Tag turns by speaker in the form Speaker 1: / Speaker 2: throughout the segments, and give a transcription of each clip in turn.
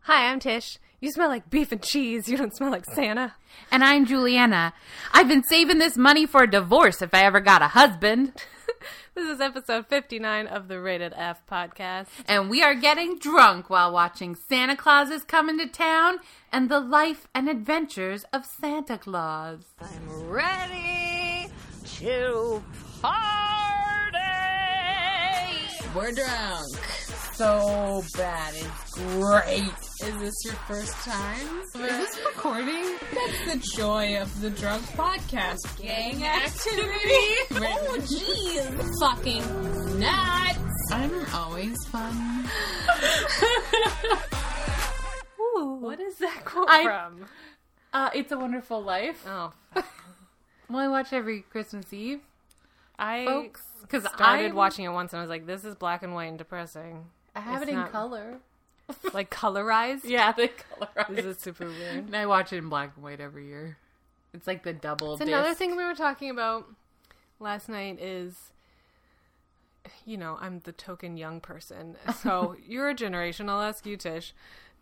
Speaker 1: Hi, I'm Tish. You smell like beef and cheese. You don't smell like Santa.
Speaker 2: And I'm Juliana. I've been saving this money for a divorce if I ever got a husband.
Speaker 1: This is episode 59 of the Rated F podcast.
Speaker 2: And we are getting drunk while watching Santa Claus is Coming to Town and the life and adventures of Santa Claus.
Speaker 3: I'm ready to party. We're drunk. So bad. It's great. Is this your first time? Is this recording? That's the joy of the drunk podcast. Gang activity. oh, jeez. Fucking nuts. I'm always fun.
Speaker 1: Ooh, what is that quote
Speaker 2: I-
Speaker 1: from?
Speaker 2: Uh, it's a Wonderful Life.
Speaker 1: Oh,
Speaker 2: Well, I watch every Christmas Eve,
Speaker 1: I
Speaker 2: folks. Because
Speaker 1: started watching it once and I was like, this is black and white and depressing.
Speaker 2: I have
Speaker 1: it's
Speaker 2: it in
Speaker 1: not-
Speaker 2: color.
Speaker 1: Like colorized?
Speaker 2: Yeah, they colorize.
Speaker 1: This is super weird.
Speaker 2: And I watch it in black and white every year. It's like the double.
Speaker 1: It's another thing we were talking about last night is you know, I'm the token young person. So you're a generation, I'll ask you, Tish.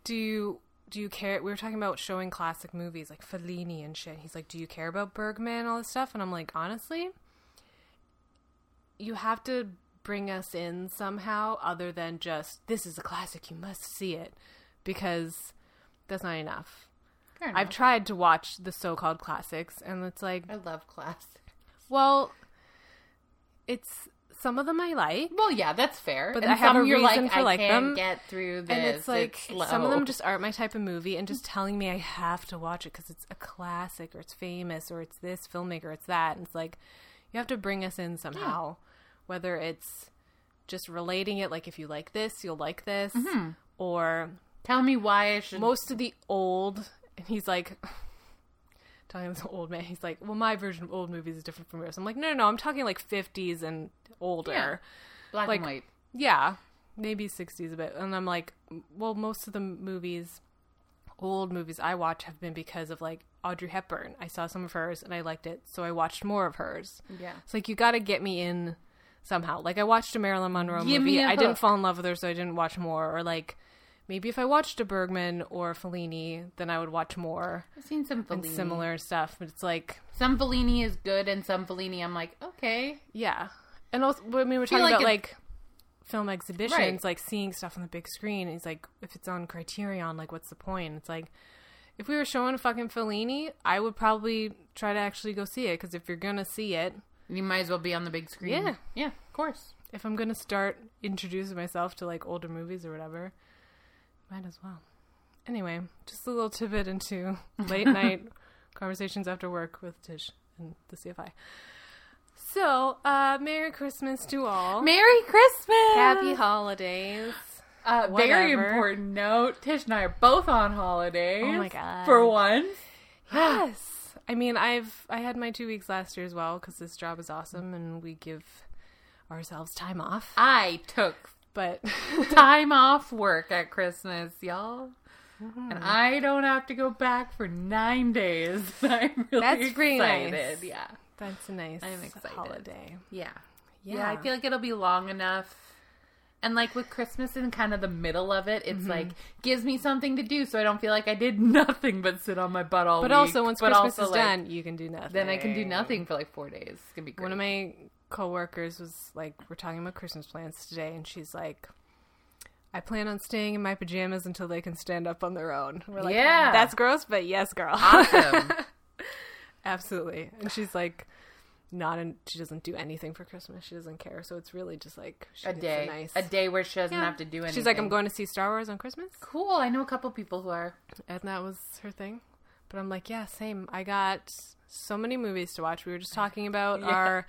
Speaker 1: Do you do you care we were talking about showing classic movies like Fellini and shit. He's like, Do you care about Bergman and all this stuff? And I'm like, honestly, you have to bring us in somehow other than just this is a classic, you must see it because that's not enough. I've tried to watch the so-called classics, and it's like,
Speaker 2: I love classic.
Speaker 1: well, it's some of them I like,
Speaker 2: Well, yeah, that's fair.
Speaker 1: But
Speaker 2: and
Speaker 1: I have
Speaker 2: some
Speaker 1: a
Speaker 2: you're
Speaker 1: reason
Speaker 2: like,
Speaker 1: for
Speaker 2: I
Speaker 1: like
Speaker 2: can't
Speaker 1: them.
Speaker 2: get through this.
Speaker 1: and it's like
Speaker 2: slow.
Speaker 1: some of them just aren't my type of movie, and just telling me I have to watch it because it's a classic or it's famous or it's this filmmaker, it's that, and it's like you have to bring us in somehow, whether it's just relating it, like if you like this, you'll like this, or
Speaker 2: tell me why I should.
Speaker 1: most of the old and he's like talking to this old man he's like well my version of old movies is different from yours i'm like no no no i'm talking like 50s and older
Speaker 2: black
Speaker 1: like-
Speaker 2: and white.
Speaker 1: yeah, maybe 60s a bit and i'm like well most of the movies old movies i watch have been because of like audrey hepburn i saw some of hers and i liked it so i watched more of hers
Speaker 2: Yeah.
Speaker 1: it's like you got to get me in somehow. Like I watched a Marilyn Monroe
Speaker 2: Give me
Speaker 1: movie,
Speaker 2: a
Speaker 1: I didn't
Speaker 2: hook.
Speaker 1: fall in love with her, so I didn't watch more. Or like maybe if I watched a Bergman or a Fellini, then I would watch more
Speaker 2: I've seen some
Speaker 1: and
Speaker 2: Fellini.
Speaker 1: similar stuff. But it's like
Speaker 2: Some Fellini is good, and some Fellini, I'm like, okay,
Speaker 1: yeah, and also I mean we're
Speaker 2: feel
Speaker 1: talking
Speaker 2: like
Speaker 1: about
Speaker 2: it's-
Speaker 1: like film exhibitions,
Speaker 2: Right.
Speaker 1: like seeing stuff on the big screen. It's like if it's on Criterion, like what's the point? It's like. If we were showing fucking Fellini, I would probably try to actually go see it because if you're gonna see it,
Speaker 2: you might as well be on the big screen.
Speaker 1: Yeah.
Speaker 2: yeah, of course.
Speaker 1: if I'm gonna start introducing myself to like older movies or whatever, might as well. Anyway, just a little tidbit into late night conversations after work with Tish and the CFI. So, uh, Merry Christmas to all.
Speaker 2: Merry Christmas.
Speaker 1: Happy holidays.
Speaker 2: Uh, very
Speaker 1: Whatever.
Speaker 2: important note. Tish and I are both on holidays.
Speaker 1: Oh my God.
Speaker 2: For once.
Speaker 1: Yes. I mean, I've I had my two weeks last year as well because this job is awesome and we give ourselves time off.
Speaker 2: I took
Speaker 1: But
Speaker 2: time off work at Christmas, y'all.
Speaker 1: Mm-hmm.
Speaker 2: And I don't have to go back for nine days. I'm really
Speaker 1: That's pretty
Speaker 2: excited.
Speaker 1: nice.
Speaker 2: Yeah.
Speaker 1: that's a nice
Speaker 2: I'm excited.
Speaker 1: holiday.
Speaker 2: Yeah.
Speaker 1: Yeah.
Speaker 2: I feel like it'll be long enough. And like with Christmas in kind of the middle of it,
Speaker 1: Mm-hmm.
Speaker 2: it's like gives me something to do so I don't feel like I did nothing but sit on my butt all
Speaker 1: But
Speaker 2: week.
Speaker 1: also, once
Speaker 2: But
Speaker 1: Christmas
Speaker 2: also,
Speaker 1: is
Speaker 2: like,
Speaker 1: done, you can do nothing.
Speaker 2: then I can do nothing for like four days. It's gonna be great.
Speaker 1: One of my coworkers was like, "We're talking about Christmas plans today," and she's like, "I plan on staying in my pajamas until they can stand up on their own." We're like,
Speaker 2: Yeah.
Speaker 1: that's gross, but yes, girl,
Speaker 2: awesome.
Speaker 1: absolutely." And she's like, "Not in, she doesn't do anything for Christmas. She doesn't care. So it's really just like she
Speaker 2: a
Speaker 1: gets
Speaker 2: day,
Speaker 1: nice.
Speaker 2: a day where she doesn't
Speaker 1: Yeah.
Speaker 2: have to do anything.
Speaker 1: She's like, "I'm going to see Star Wars on Christmas,"
Speaker 2: Cool. I know a couple people who are.
Speaker 1: and that was her thing. But I'm like, "Yeah, same. I got so many movies to watch. We were just talking about our."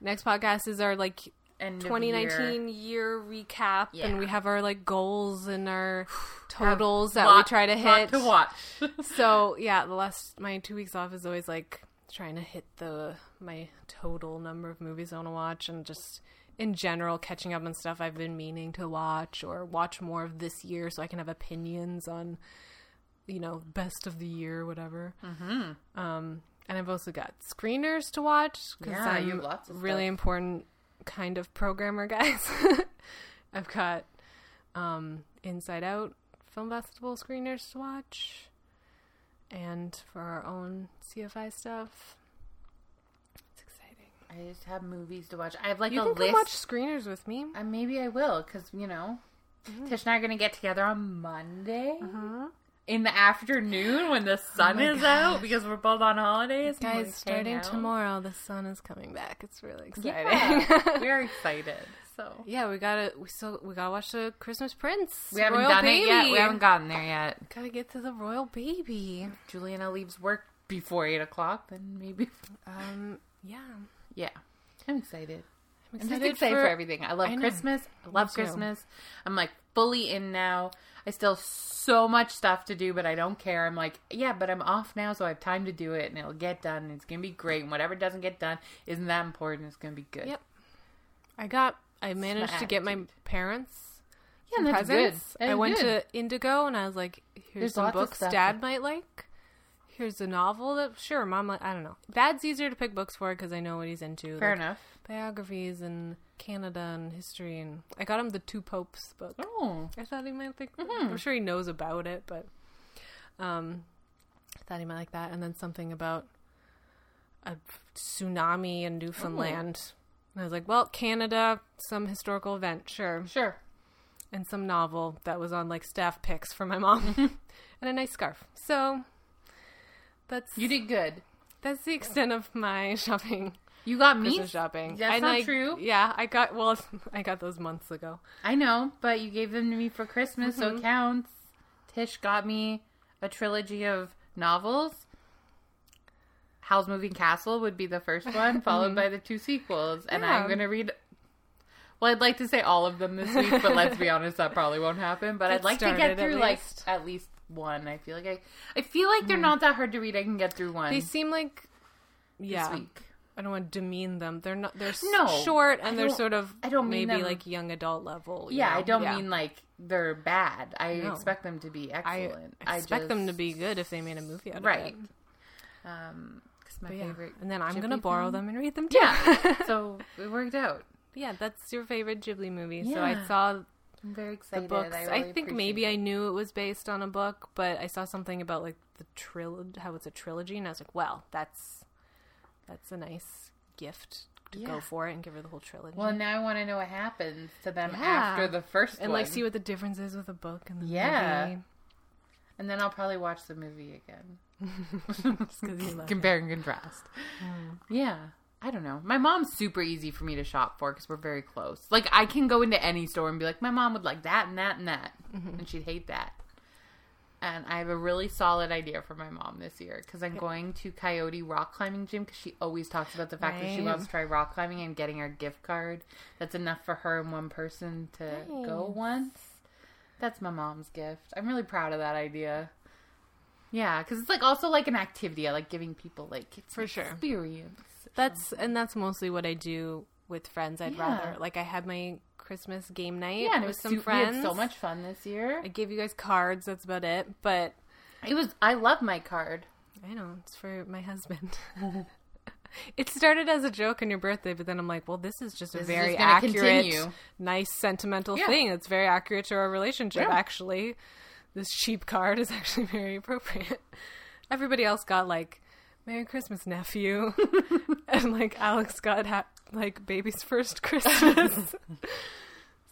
Speaker 1: Next podcast is our like
Speaker 2: And
Speaker 1: 2019 year, recap
Speaker 2: Yeah.
Speaker 1: and we have our like goals and our totals that we try to hit
Speaker 2: to watch.
Speaker 1: so yeah the last my two weeks off is always like trying to hit the my total number of movies i want to watch and just in general catching up on stuff i've been meaning to watch or watch more of this year so i can have opinions on you know best of the year whatever mm-hmm. um and i've also got screeners to watch because
Speaker 2: Yeah,
Speaker 1: i'm
Speaker 2: you have lots of
Speaker 1: really
Speaker 2: stuff.
Speaker 1: important kind of programmer guys i've got um inside out film festival screeners to watch and for our own CFI stuff. It's exciting.
Speaker 2: I just have movies to watch. I have like
Speaker 1: You
Speaker 2: a
Speaker 1: can come
Speaker 2: list.
Speaker 1: watch screeners with me.
Speaker 2: Uh, maybe I will because you know,
Speaker 1: Mm-hmm.
Speaker 2: Tish and I are gonna get together on Monday in the afternoon when the sun is out because we're both on holidays. and we're
Speaker 1: Oh Guys,
Speaker 2: like,
Speaker 1: starting
Speaker 2: hang out.
Speaker 1: tomorrow, the sun is coming back. It's really exciting.
Speaker 2: Yeah, we're excited. So
Speaker 1: Yeah, we gotta we still we gotta watch the Christmas Prince.
Speaker 2: we haven't
Speaker 1: Royal
Speaker 2: done
Speaker 1: Baby.
Speaker 2: it yet. We haven't gotten there yet.
Speaker 1: gotta get to the royal baby.
Speaker 2: Juliana leaves work before eight o'clock. Then maybe.
Speaker 1: Um, yeah,
Speaker 2: Yeah, I'm excited.
Speaker 1: I'm
Speaker 2: I'm just excited for, everything. I love
Speaker 1: I know.
Speaker 2: Christmas. I love
Speaker 1: too.
Speaker 2: Christmas. I'm like fully in now. I still have so much stuff to do, but I don't care. I'm like, yeah, but I'm off now, so I have time to do it, and it'll get done. And it's gonna be great. And whatever doesn't get done isn't that important. It's gonna be good.
Speaker 1: Yep. I got. I managed
Speaker 2: my
Speaker 1: to get my
Speaker 2: attitude.
Speaker 1: parents
Speaker 2: Yeah, and that's
Speaker 1: presents.
Speaker 2: good.
Speaker 1: I
Speaker 2: That's
Speaker 1: went
Speaker 2: good.
Speaker 1: to Indigo and I was like, "Here's
Speaker 2: There's
Speaker 1: some
Speaker 2: lots of
Speaker 1: books
Speaker 2: stuff
Speaker 1: Dad
Speaker 2: that-
Speaker 1: might like. Here's a novel that sure Mom like. I don't know. Dad's easier to pick books for because I know what he's into.
Speaker 2: fair
Speaker 1: like
Speaker 2: enough.
Speaker 1: Biographies and Canada and history and I got him the Two Popes book.
Speaker 2: Oh,
Speaker 1: I thought he might think.
Speaker 2: Mm-hmm.
Speaker 1: I'm sure he knows about it, but um, I thought he might like that. And then something about a tsunami in Newfoundland.
Speaker 2: Oh.
Speaker 1: And I was like, well, Canada, some historical event, sure,
Speaker 2: sure.
Speaker 1: and some novel that was on like staff picks for my mom, and a nice scarf. So that's
Speaker 2: You did good.
Speaker 1: that's the extent of my shopping,
Speaker 2: You got me.
Speaker 1: Christmas shopping.
Speaker 2: That's
Speaker 1: And
Speaker 2: not
Speaker 1: I-
Speaker 2: true.
Speaker 1: Yeah, I got well, I got those months ago.
Speaker 2: I know, but you gave them to me for Christmas, so
Speaker 1: Mm-hmm.
Speaker 2: it counts. Tish got me a trilogy of novels. Howl's Moving Castle would be the first one, followed by the two sequels, and
Speaker 1: Mm-hmm. Yeah.
Speaker 2: I'm going to read. Well, I'd like to say all of them this week, but let's be honest, that probably won't happen. But
Speaker 1: Get
Speaker 2: I'd like to
Speaker 1: started,
Speaker 2: get
Speaker 1: at
Speaker 2: through like
Speaker 1: least. Hmm.
Speaker 2: at least one. I feel like I, I feel like they're not that hard to read. I can get through one
Speaker 1: They
Speaker 2: this
Speaker 1: seem like yeah.
Speaker 2: Um, week.
Speaker 1: I don't want to demean them. They're not. They're s-
Speaker 2: No,
Speaker 1: short,
Speaker 2: I
Speaker 1: and they're
Speaker 2: don't-
Speaker 1: sort of.
Speaker 2: I don't mean
Speaker 1: maybe
Speaker 2: them-
Speaker 1: like young adult level. you
Speaker 2: Yeah, I
Speaker 1: know?
Speaker 2: don't
Speaker 1: Yeah.
Speaker 2: mean like they're bad. I
Speaker 1: No.
Speaker 2: expect them to be
Speaker 1: I
Speaker 2: excellent.
Speaker 1: expect them to
Speaker 2: just-
Speaker 1: be good if they made a movie out
Speaker 2: right.
Speaker 1: of it.
Speaker 2: Um, because my
Speaker 1: But yeah.
Speaker 2: favorite,
Speaker 1: And then I'm
Speaker 2: Ghibli
Speaker 1: gonna borrow
Speaker 2: film-
Speaker 1: them and read them too.
Speaker 2: Yeah, so it worked out.
Speaker 1: yeah. That's your favorite Ghibli movie. So I
Speaker 2: Yeah.
Speaker 1: saw the
Speaker 2: I'm very excited.
Speaker 1: books. I,
Speaker 2: really
Speaker 1: think
Speaker 2: appreciate
Speaker 1: maybe
Speaker 2: it.
Speaker 1: I knew it was based on a book, but I saw something about like the trilogy, how it's a trilogy, and I was like, well, that's that's a nice gift to go
Speaker 2: Yeah.
Speaker 1: for it and give her the whole trilogy.
Speaker 2: Well, now I want to know what happens to them
Speaker 1: Yeah.
Speaker 2: after the first
Speaker 1: and
Speaker 2: one,
Speaker 1: like see what the difference is with a book and the
Speaker 2: Yeah.
Speaker 1: movie.
Speaker 2: and then I'll probably watch the movie again.
Speaker 1: Just 'cause you love it.
Speaker 2: Compare and contrast. Yeah. I don't know. My mom's super easy for me to shop for because we're very close. Like I can go into any store and be like, my mom would like that and that and that,
Speaker 1: Mm-hmm.
Speaker 2: and she'd hate that. And I have a really solid idea for my mom this year because I'm going to Coyote Rock Climbing Gym because she always talks about the fact that she
Speaker 1: Right.
Speaker 2: loves to try rock climbing and getting her a gift card that's enough for her and one person to go once. That's my mom's gift. I'm really proud of that idea. Yeah, because it's like also like an activity. I like giving people like it's
Speaker 1: For
Speaker 2: an
Speaker 1: sure.
Speaker 2: experience.
Speaker 1: That's and that's mostly what I do with friends. I'd
Speaker 2: Yeah.
Speaker 1: rather like I had my Christmas game night
Speaker 2: Yeah, and it
Speaker 1: with
Speaker 2: was
Speaker 1: some
Speaker 2: some
Speaker 1: friends.
Speaker 2: so much fun this year.
Speaker 1: I gave you guys cards. That's about it. But
Speaker 2: It was. I love my card.
Speaker 1: I know it's for my husband. it started as a joke on your birthday, but then I'm like, well, this is just a
Speaker 2: This is
Speaker 1: very
Speaker 2: just gonna
Speaker 1: accurate,
Speaker 2: continue.
Speaker 1: nice, sentimental
Speaker 2: Yeah.
Speaker 1: thing. It's very accurate to our relationship.
Speaker 2: Yeah.
Speaker 1: Actually, this sheep card is actually very appropriate. Everybody else got like. Merry Christmas, nephew. and like Alex got ha- like baby's first Christmas.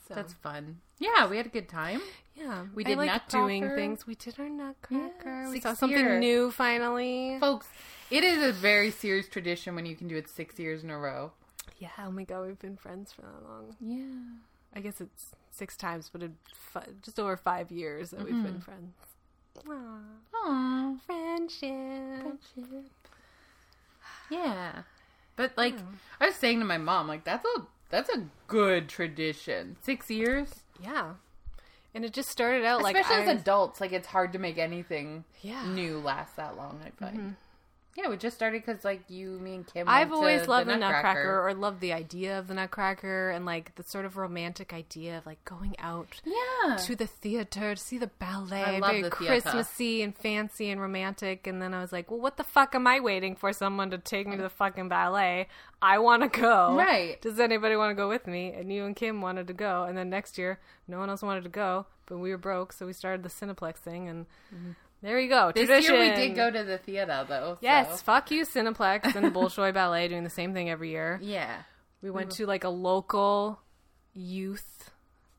Speaker 2: That's fun. Yeah, we had a good time.
Speaker 1: Yeah,
Speaker 2: We
Speaker 1: I
Speaker 2: did
Speaker 1: like doing
Speaker 2: Nutcracker.
Speaker 1: things. We did our Nutcracker. we
Speaker 2: sixth
Speaker 1: saw something
Speaker 2: year.
Speaker 1: new finally.
Speaker 2: Folks, it is a very serious tradition when you can do it six years in a row.
Speaker 1: Yeah, oh my god, we've been friends for that long.
Speaker 2: Yeah.
Speaker 1: I guess it's six times, but it, fi- just over five years that we've been friends. Mm-hmm. Aw,
Speaker 2: Aww.
Speaker 1: friendship.
Speaker 2: Yeah. But like I was saying to my mom, like that's a that's a good tradition. Six years?
Speaker 1: Yeah, and it just started out like
Speaker 2: Especially
Speaker 1: I-
Speaker 2: as adults, like it's hard to make anything
Speaker 1: Yeah.
Speaker 2: new last that long, I find. Yeah, we just started because like you, me, and Kim.
Speaker 1: Mm-hmm. I've
Speaker 2: went
Speaker 1: always
Speaker 2: to
Speaker 1: loved the Nutcracker. or loved the idea of the Nutcracker and like the sort of romantic idea of like going out
Speaker 2: Yeah,
Speaker 1: to the theater to see the ballet,
Speaker 2: I love
Speaker 1: very
Speaker 2: the theater.
Speaker 1: Christmassy and fancy and romantic. And then I was like, well, what the fuck am I waiting for someone to take me to the fucking ballet? I want to go.
Speaker 2: Right.
Speaker 1: Does anybody want to go with me? And you and Kim wanted to go. And then next year, no one else wanted to go, but we were broke, so we started the Cineplex thing. And there you go.
Speaker 2: this
Speaker 1: Tradition.
Speaker 2: year we did go to the theater though.
Speaker 1: Yes,
Speaker 2: so-
Speaker 1: fuck you, Cineplex and the Bolshoi Ballet doing the same thing every year.
Speaker 2: Yeah.
Speaker 1: We went to like a local youth.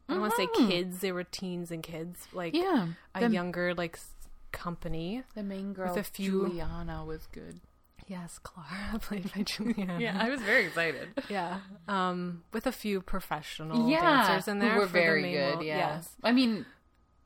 Speaker 1: I don't want to
Speaker 2: Mm-hmm.
Speaker 1: say kids; they were teens and kids, like
Speaker 2: Yeah.
Speaker 1: a
Speaker 2: The-
Speaker 1: younger like s- company.
Speaker 2: The main girl,
Speaker 1: With a few-
Speaker 2: Juliana, was good.
Speaker 1: Yes, Clara played by Juliana.
Speaker 2: Yeah, I was very excited.
Speaker 1: yeah. Um, with a few professional dancers in there,
Speaker 2: who were
Speaker 1: for the
Speaker 2: very
Speaker 1: main
Speaker 2: good.
Speaker 1: role.
Speaker 2: Yeah.
Speaker 1: Yes,
Speaker 2: I mean,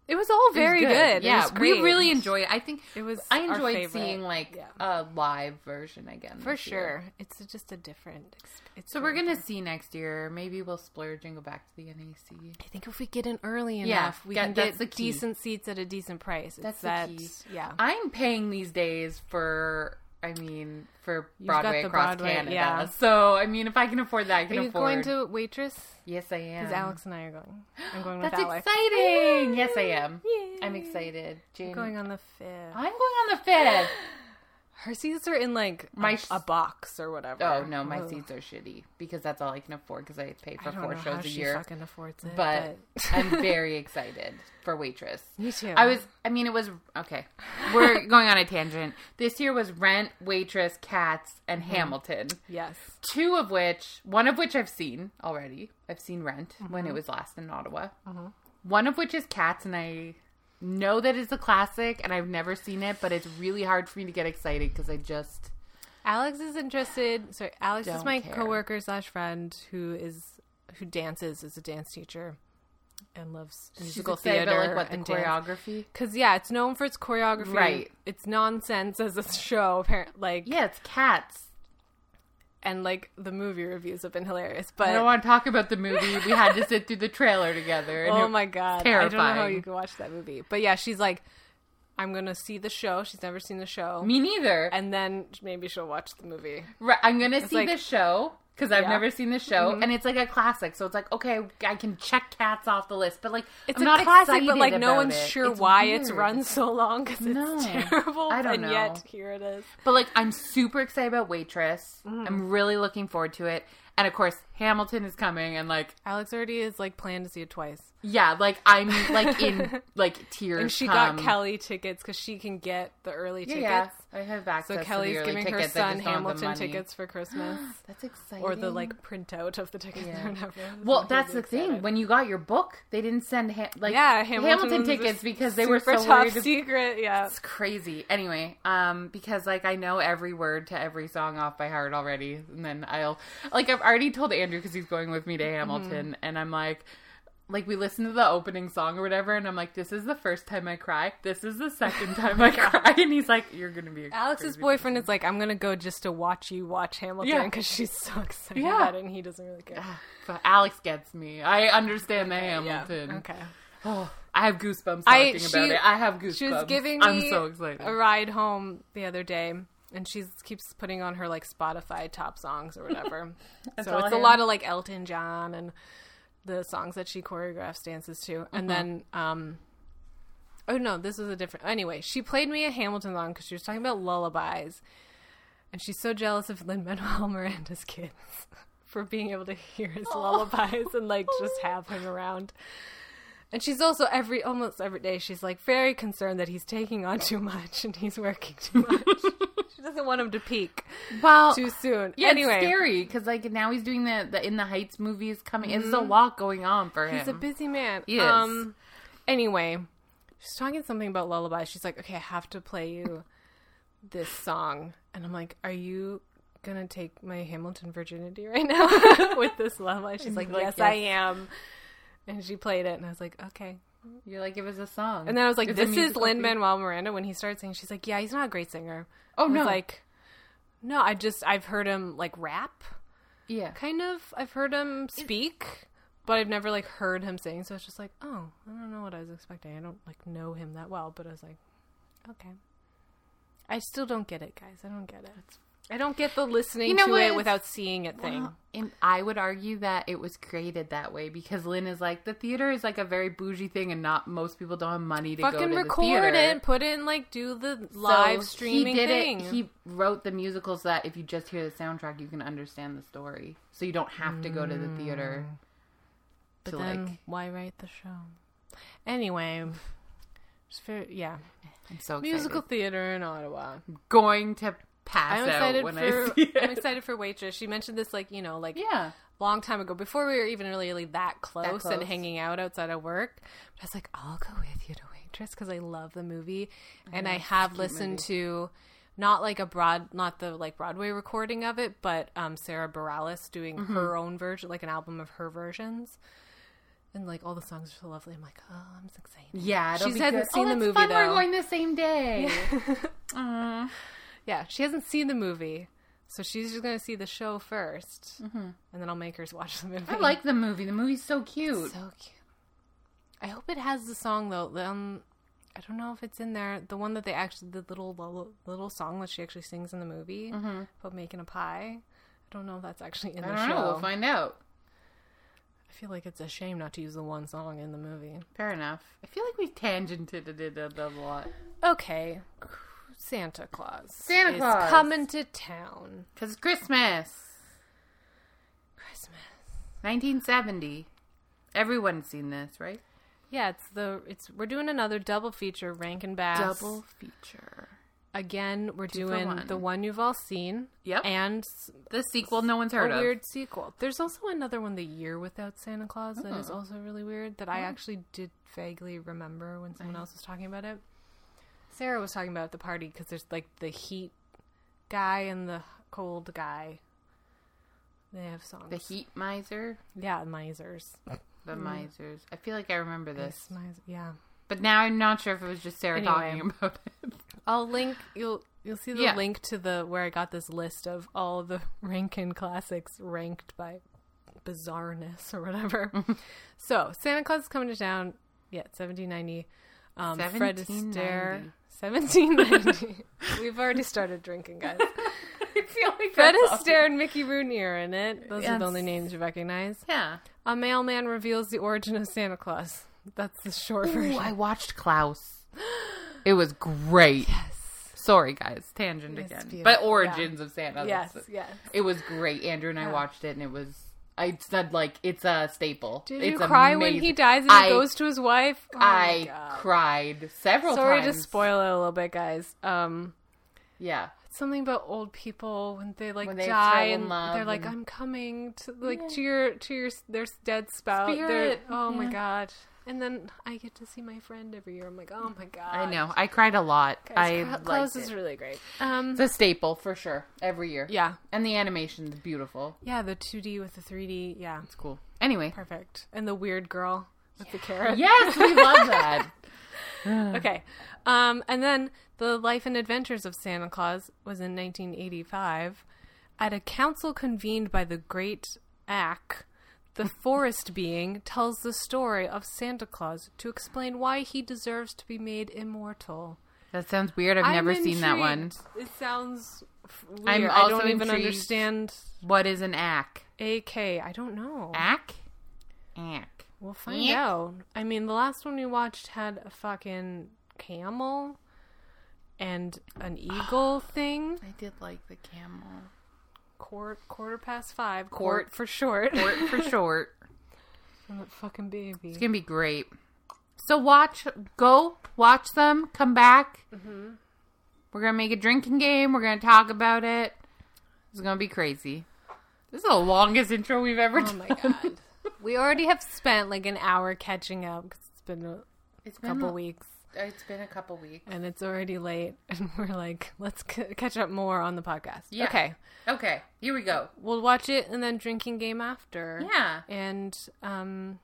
Speaker 1: it was all
Speaker 2: it was
Speaker 1: very good. It
Speaker 2: Yeah,
Speaker 1: was great.
Speaker 2: we really enjoyed. I think
Speaker 1: It was
Speaker 2: I
Speaker 1: our
Speaker 2: enjoyed
Speaker 1: favorite.
Speaker 2: seeing like
Speaker 1: Yeah.
Speaker 2: a live version again
Speaker 1: for
Speaker 2: this
Speaker 1: sure.
Speaker 2: year.
Speaker 1: It's just a different. ex- It's
Speaker 2: So we're gonna see next year. Maybe we'll splurge and go back to the NAC.
Speaker 1: I think if we get in early enough,
Speaker 2: Yeah,
Speaker 1: we
Speaker 2: that-
Speaker 1: can
Speaker 2: that's
Speaker 1: get
Speaker 2: the key.
Speaker 1: decent seats at a decent price. It's
Speaker 2: That's the
Speaker 1: that,
Speaker 2: key.
Speaker 1: Yeah.
Speaker 2: I'm paying these days for. I mean, for
Speaker 1: You've got
Speaker 2: Broadway
Speaker 1: the
Speaker 2: across
Speaker 1: Broadway,
Speaker 2: Canada.
Speaker 1: yeah.
Speaker 2: So I mean, if I can afford that, I
Speaker 1: Are
Speaker 2: can
Speaker 1: you going
Speaker 2: afford.
Speaker 1: to waitress? Um,
Speaker 2: Yes, I am.
Speaker 1: Because Alex and I are going. I'm going with
Speaker 2: That's
Speaker 1: Alex.
Speaker 2: exciting. Yes, I am.
Speaker 1: Yay.
Speaker 2: I'm excited. Jane,
Speaker 1: You're going on the fifth.
Speaker 2: I'm going on the fifth.
Speaker 1: Her seats are in like
Speaker 2: My
Speaker 1: a,
Speaker 2: sh-
Speaker 1: a box or whatever.
Speaker 2: Oh no, my
Speaker 1: Ugh.
Speaker 2: seats are shitty because that's all I can afford because I pay for
Speaker 1: I don't
Speaker 2: four
Speaker 1: know
Speaker 2: shows
Speaker 1: how
Speaker 2: a
Speaker 1: she
Speaker 2: year.
Speaker 1: fucking affords it,
Speaker 2: But
Speaker 1: but,
Speaker 2: I'm very excited for waitress.
Speaker 1: Me too.
Speaker 2: I was. I mean, it was okay. We're going on a tangent. This year was Rent, Waitress, Cats, and
Speaker 1: Mm-hmm.
Speaker 2: Hamilton.
Speaker 1: yes.
Speaker 2: Two of which, one of which I've seen already. I've seen Rent when it was last in Ottawa. One of which is Cats, and I know that it's a classic, and I've never seen it, but it's really hard for me to get excited because I just.
Speaker 1: Alex is interested. Sorry, Alex is
Speaker 2: Don't
Speaker 1: my
Speaker 2: care.
Speaker 1: coworker slash friend who is who dances is a dance teacher and loves musical
Speaker 2: excited about,
Speaker 1: theater
Speaker 2: like what the
Speaker 1: and dance.
Speaker 2: choreography.
Speaker 1: Because yeah, it's known for its choreography.
Speaker 2: Right.
Speaker 1: It's nonsense as a show, apparently. Like,
Speaker 2: Yeah, it's cats.
Speaker 1: and like the movie reviews have been hilarious. But
Speaker 2: I don't want to talk about the movie. We had to sit through the trailer together. and
Speaker 1: oh
Speaker 2: it-
Speaker 1: my god, I don't know how
Speaker 2: terrifying.
Speaker 1: you can watch that movie. But yeah, she's like, I'm gonna see the show. She's never seen the show,
Speaker 2: me neither.
Speaker 1: and then maybe she'll watch the movie.
Speaker 2: Right, I'm gonna see
Speaker 1: like-
Speaker 2: the show because I've
Speaker 1: Yeah. Mm-hmm.
Speaker 2: never seen the show, and it's like a classic. So it's like okay, I can check cats off the list, but like
Speaker 1: It's
Speaker 2: I'm
Speaker 1: a
Speaker 2: not
Speaker 1: classic,
Speaker 2: excited
Speaker 1: but like no
Speaker 2: about
Speaker 1: one's
Speaker 2: it.
Speaker 1: sure why it's
Speaker 2: weird.
Speaker 1: run so long because
Speaker 2: No.
Speaker 1: it's terrible.
Speaker 2: I don't
Speaker 1: and
Speaker 2: know.
Speaker 1: yet here it is.
Speaker 2: But like I'm super excited about Waitress.
Speaker 1: Mm-hmm.
Speaker 2: I'm really looking forward to it, and of course Hamilton is coming, and like
Speaker 1: Alex already is like planned to see it twice.
Speaker 2: yeah, like I'm like in like tears.
Speaker 1: And she
Speaker 2: come.
Speaker 1: got Kelly tickets because she can get the early
Speaker 2: Yeah,
Speaker 1: tickets.
Speaker 2: yeah, I have access.
Speaker 1: So
Speaker 2: to
Speaker 1: Kelly's
Speaker 2: the early
Speaker 1: giving her
Speaker 2: tickets. I
Speaker 1: son
Speaker 2: just don't have the
Speaker 1: Hamilton
Speaker 2: money.
Speaker 1: tickets for Christmas,
Speaker 2: That's exciting.
Speaker 1: or the like printout of the tickets.
Speaker 2: Yeah.
Speaker 1: They're never-
Speaker 2: Well,
Speaker 1: they're
Speaker 2: that's the
Speaker 1: really
Speaker 2: thing.
Speaker 1: excited.
Speaker 2: When you got your book, they didn't send ha- like
Speaker 1: yeah,
Speaker 2: Hamilton,
Speaker 1: Hamilton, was a
Speaker 2: tickets because they were
Speaker 1: super
Speaker 2: so
Speaker 1: top
Speaker 2: worried. ab-
Speaker 1: secret. Yeah,
Speaker 2: It's crazy. Anyway, um, because like I know every word to every song off by heart already, and then I'll like I've already told Andrew because he's going with me
Speaker 1: Mm-hmm.
Speaker 2: to Hamilton, and I'm like. Like we listened to the opening song or whatever, and I'm like, "This is the first time I cry. This is the second time I cry." And he's like, "You're gonna be a
Speaker 1: Alex's
Speaker 2: crazy
Speaker 1: boyfriend is like, I'm gonna go just to watch you watch Hamilton
Speaker 2: Yeah.
Speaker 1: because she's so excited
Speaker 2: Yeah.
Speaker 1: about it, and he doesn't really care.
Speaker 2: But Alex gets me. I understand the Hamilton.
Speaker 1: Yeah. Okay.
Speaker 2: Oh, I have goosebumps talking
Speaker 1: I- she-
Speaker 2: about it. I have goosebumps.
Speaker 1: She was giving me
Speaker 2: I'm so excited.
Speaker 1: a ride home the other day, and she keeps putting on her like Spotify top songs or whatever. so
Speaker 2: all
Speaker 1: it's
Speaker 2: I
Speaker 1: a
Speaker 2: have.
Speaker 1: lot of like Elton John and the songs that she choreographs dances to,
Speaker 2: Mm-hmm.
Speaker 1: and then um. Oh no, this was a different. Anyway, she played me a Hamilton song because she was talking about lullabies, and she's so jealous of Lin Manuel Miranda's kids for being able to hear his lullabies and like just have him around. And she's also every almost every day she's like very concerned that he's taking on too much and he's working too much. she doesn't want him to peak
Speaker 2: well,
Speaker 1: too soon.
Speaker 2: yeah,
Speaker 1: anyway,
Speaker 2: it's scary because like now he's doing the, the In the Heights movies coming. It's a lot going on for
Speaker 1: Mm-hmm.
Speaker 2: him.
Speaker 1: he's a busy man.
Speaker 2: He is.
Speaker 1: Um anyway, she's talking something about lullabies. She's like, "Okay, I have to play you this song." And I'm like, "Are you going to take my Hamilton virginity right now with this lullaby?" She's like,
Speaker 2: like,
Speaker 1: "Yes,
Speaker 2: yes.
Speaker 1: I am." And she played it and I was like, "Okay."
Speaker 2: You're like it was a song,
Speaker 1: And then I was like,
Speaker 2: It's a
Speaker 1: "This is
Speaker 2: musical
Speaker 1: Lin
Speaker 2: piece.
Speaker 1: Manuel Miranda." When he started singing, she's like, "Yeah, he's not a great singer."
Speaker 2: Oh
Speaker 1: I was
Speaker 2: no,
Speaker 1: like, no, I just I've heard him like rap,
Speaker 2: yeah,
Speaker 1: kind of. I've heard him speak, but I've never like heard him sing. So it's just like, oh, I don't know what I was expecting. I don't like know him that well, but I was like, okay. I still don't get it, guys. I don't get it. I don't get the listening
Speaker 2: You know
Speaker 1: to
Speaker 2: what?
Speaker 1: it without seeing it thing.
Speaker 2: Well, and I would argue that it was created that way because Lynn is like the theater is like a very bougie thing, and not most people don't have money to go
Speaker 1: Fucking
Speaker 2: to the
Speaker 1: record
Speaker 2: theater.
Speaker 1: it, put it in like do the
Speaker 2: So
Speaker 1: live streaming
Speaker 2: he did
Speaker 1: thing.
Speaker 2: It, he wrote the musicals that if you just hear the soundtrack, you can understand the story, so you don't have to go to the theater.
Speaker 1: Mm. but
Speaker 2: to
Speaker 1: then
Speaker 2: like,
Speaker 1: why write the show? Anyway, it's very, yeah,
Speaker 2: I'm so excited.
Speaker 1: musical theater in Ottawa.
Speaker 2: going to pass
Speaker 1: I'm
Speaker 2: out
Speaker 1: excited
Speaker 2: when
Speaker 1: for
Speaker 2: I see
Speaker 1: I'm
Speaker 2: it.
Speaker 1: excited for Waitress. She mentioned this like you know like
Speaker 2: Yeah,
Speaker 1: long time ago before we were even really, really that close, and
Speaker 2: close.
Speaker 1: hanging out outside of work. But I was like, I'll go with you to Waitress because I love the movie, and I have listened to not like a broad, not the like Broadway recording of it, but um, Sarah Bareilles doing
Speaker 2: Mm-hmm.
Speaker 1: her own version, like an album of her versions. And like all the songs are so lovely. I'm like, oh, I'm so excited.
Speaker 2: yeah. it'll
Speaker 1: She
Speaker 2: be
Speaker 1: hasn't
Speaker 2: good.
Speaker 1: seen
Speaker 2: oh,
Speaker 1: the
Speaker 2: that's
Speaker 1: movie,
Speaker 2: fun. We're
Speaker 1: though.
Speaker 2: going the same day. Aw.
Speaker 1: Yeah, she hasn't seen the movie, so she's just gonna see the show 1st and then I'll make her watch the movie.
Speaker 2: Mm-hmm. I like the movie. The movie's so cute.
Speaker 1: So cute. I hope it has the song though. The, Um, I don't know if it's in there. The one that they actually, the little little, little song that she actually sings in the movie about making a pie. I don't know if that's actually in
Speaker 2: Mm-hmm.
Speaker 1: the
Speaker 2: I don't
Speaker 1: show.
Speaker 2: know. We'll find out.
Speaker 1: I feel like it's a shame not to use the one song in the movie.
Speaker 2: Fair enough. I feel like we tangented it a a lot
Speaker 1: Okay, Santa Claus.
Speaker 2: Santa
Speaker 1: is
Speaker 2: Claus.
Speaker 1: coming to town.
Speaker 2: because Christmas,
Speaker 1: Christmas.
Speaker 2: 1970. Everyone's seen this, right?
Speaker 1: Yeah, it's the it's we're doing another double feature Rankin Bass.
Speaker 2: Double feature.
Speaker 1: again. We're
Speaker 2: for
Speaker 1: doing
Speaker 2: one.
Speaker 1: the one you've all seen.
Speaker 2: Yep.
Speaker 1: and
Speaker 2: The sequel no one's heard
Speaker 1: a
Speaker 2: of.
Speaker 1: weird sequel. There's also another one, The Year Without Santa Claus, that
Speaker 2: Oh.
Speaker 1: is also really weird that I actually did vaguely remember when someone else was talking about it. Sarah was talking about it at the party because there's like the heat guy and the cold guy. They have songs.
Speaker 2: The Heat Miser.
Speaker 1: yeah, misers.
Speaker 2: The
Speaker 1: Mm-hmm.
Speaker 2: Misers. I feel like I remember this.
Speaker 1: Mis- yeah.
Speaker 2: But now I'm not sure if it was just Sarah
Speaker 1: Anyway.
Speaker 2: talking about it.
Speaker 1: I'll link you'll you'll see the
Speaker 2: Yeah.
Speaker 1: link to the where I got this list of all the Rankin classics ranked by bizarreness or whatever.
Speaker 2: Mm-hmm.
Speaker 1: so Santa Claus is coming to town. Yeah, seventeen ninety. Um, Fred Astaire, seventeen ninety. We've already started drinking, guys.
Speaker 2: I feel like
Speaker 1: Fred
Speaker 2: that's all-
Speaker 1: Astaire and Mickey Rooney are in it. Those are
Speaker 2: Yes.
Speaker 1: the only names you recognize.
Speaker 2: Yeah.
Speaker 1: A mailman reveals the origin of Santa Claus. That's the short
Speaker 2: Ooh,
Speaker 1: version.
Speaker 2: I watched Klaus. It was great. Sorry, guys. Tangent
Speaker 1: It's
Speaker 2: again.
Speaker 1: beautiful.
Speaker 2: But Origins of Santa.
Speaker 1: yes,
Speaker 2: that's-
Speaker 1: yes.
Speaker 2: It was great. Andrew and I watched it, and it was. I said like it's a staple.
Speaker 1: Did
Speaker 2: it's
Speaker 1: you cry when
Speaker 2: amazing.
Speaker 1: he dies and
Speaker 2: I,
Speaker 1: he goes to his wife? Oh my
Speaker 2: I
Speaker 1: God.
Speaker 2: cried several
Speaker 1: Sorry
Speaker 2: times.
Speaker 1: to spoil it a little bit, guys. Um,
Speaker 2: Yeah,
Speaker 1: it's something about old people when they like
Speaker 2: When they
Speaker 1: die
Speaker 2: fell in
Speaker 1: and
Speaker 2: love
Speaker 1: they're like,
Speaker 2: and-
Speaker 1: "I'm coming to like to your to your s- their s- dead spouse." their-
Speaker 2: Spirit,
Speaker 1: Oh my
Speaker 2: yeah.
Speaker 1: god! And then I get to see my friend every year. I'm like, "Oh my god!"
Speaker 2: I know. I cried a lot. I
Speaker 1: Guys, Cla-
Speaker 2: liked
Speaker 1: Klaus
Speaker 2: it.
Speaker 1: is really great. Um,
Speaker 2: It's a staple for sure every year.
Speaker 1: yeah,
Speaker 2: and the animation's beautiful.
Speaker 1: yeah, the 2D with the 3D, yeah,
Speaker 2: It's cool. Anyway,
Speaker 1: perfect. And the weird girl with the carrot.
Speaker 2: yes, we love that.
Speaker 1: Okay. Um, and then The Life and Adventures of Santa Claus was in 1985. At a council convened by the great Ack, the forest being tells the story of Santa Claus to explain why he deserves to be made immortal.
Speaker 2: That sounds weird. I've never
Speaker 1: I'm
Speaker 2: seen that one.
Speaker 1: intrigued. It sounds f- weird.
Speaker 2: I'm
Speaker 1: I
Speaker 2: also
Speaker 1: don't even
Speaker 2: intrigued.
Speaker 1: understand
Speaker 2: What is an ack?
Speaker 1: AK. I don't know.
Speaker 2: Ack? Ack.
Speaker 1: We'll find
Speaker 2: Yeah.
Speaker 1: out. I mean, the last one we watched had a fucking camel and an eagle thing.
Speaker 2: I did like the camel.
Speaker 1: Court, quarter past five. Court,
Speaker 2: Quart.
Speaker 1: for short.
Speaker 2: Short for short.
Speaker 1: And that fucking baby.
Speaker 2: It's gonna be great. So watch, go watch them. Come back. We're gonna make a drinking game. We're gonna talk about it. It's gonna be crazy. This is the longest intro we've ever
Speaker 1: Oh
Speaker 2: done.
Speaker 1: my god. we already have spent like an hour catching up because it's been a
Speaker 2: It's been
Speaker 1: couple
Speaker 2: a-
Speaker 1: weeks
Speaker 2: It's been a couple weeks.
Speaker 1: and it's already late. And we're like, let's c- catch up more on the podcast.
Speaker 2: Yeah.
Speaker 1: Okay.
Speaker 2: Okay, here we go.
Speaker 1: We'll watch it and then drinking game after.
Speaker 2: Yeah.
Speaker 1: and um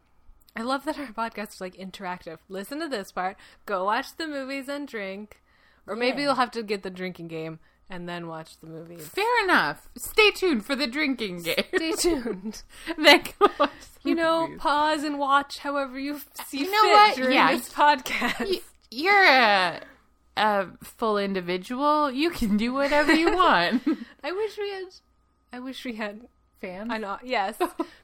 Speaker 1: I love that our podcast is like interactive. Listen to this part, go watch the movies and drink. Or maybe you'll have to get the drinking game and then watch the movies.
Speaker 2: Fair enough. Stay tuned for the drinking game.
Speaker 1: Stay tuned.
Speaker 2: then go watch the
Speaker 1: You know,
Speaker 2: movies.
Speaker 1: pause and watch however you f- see
Speaker 2: You know
Speaker 1: fit
Speaker 2: what?
Speaker 1: during
Speaker 2: Yeah.
Speaker 1: this podcast.
Speaker 2: Y- you're a a full individual, you can do whatever you want.
Speaker 1: I wish we had. I wish we had.
Speaker 2: Fans?
Speaker 1: I know. Yes,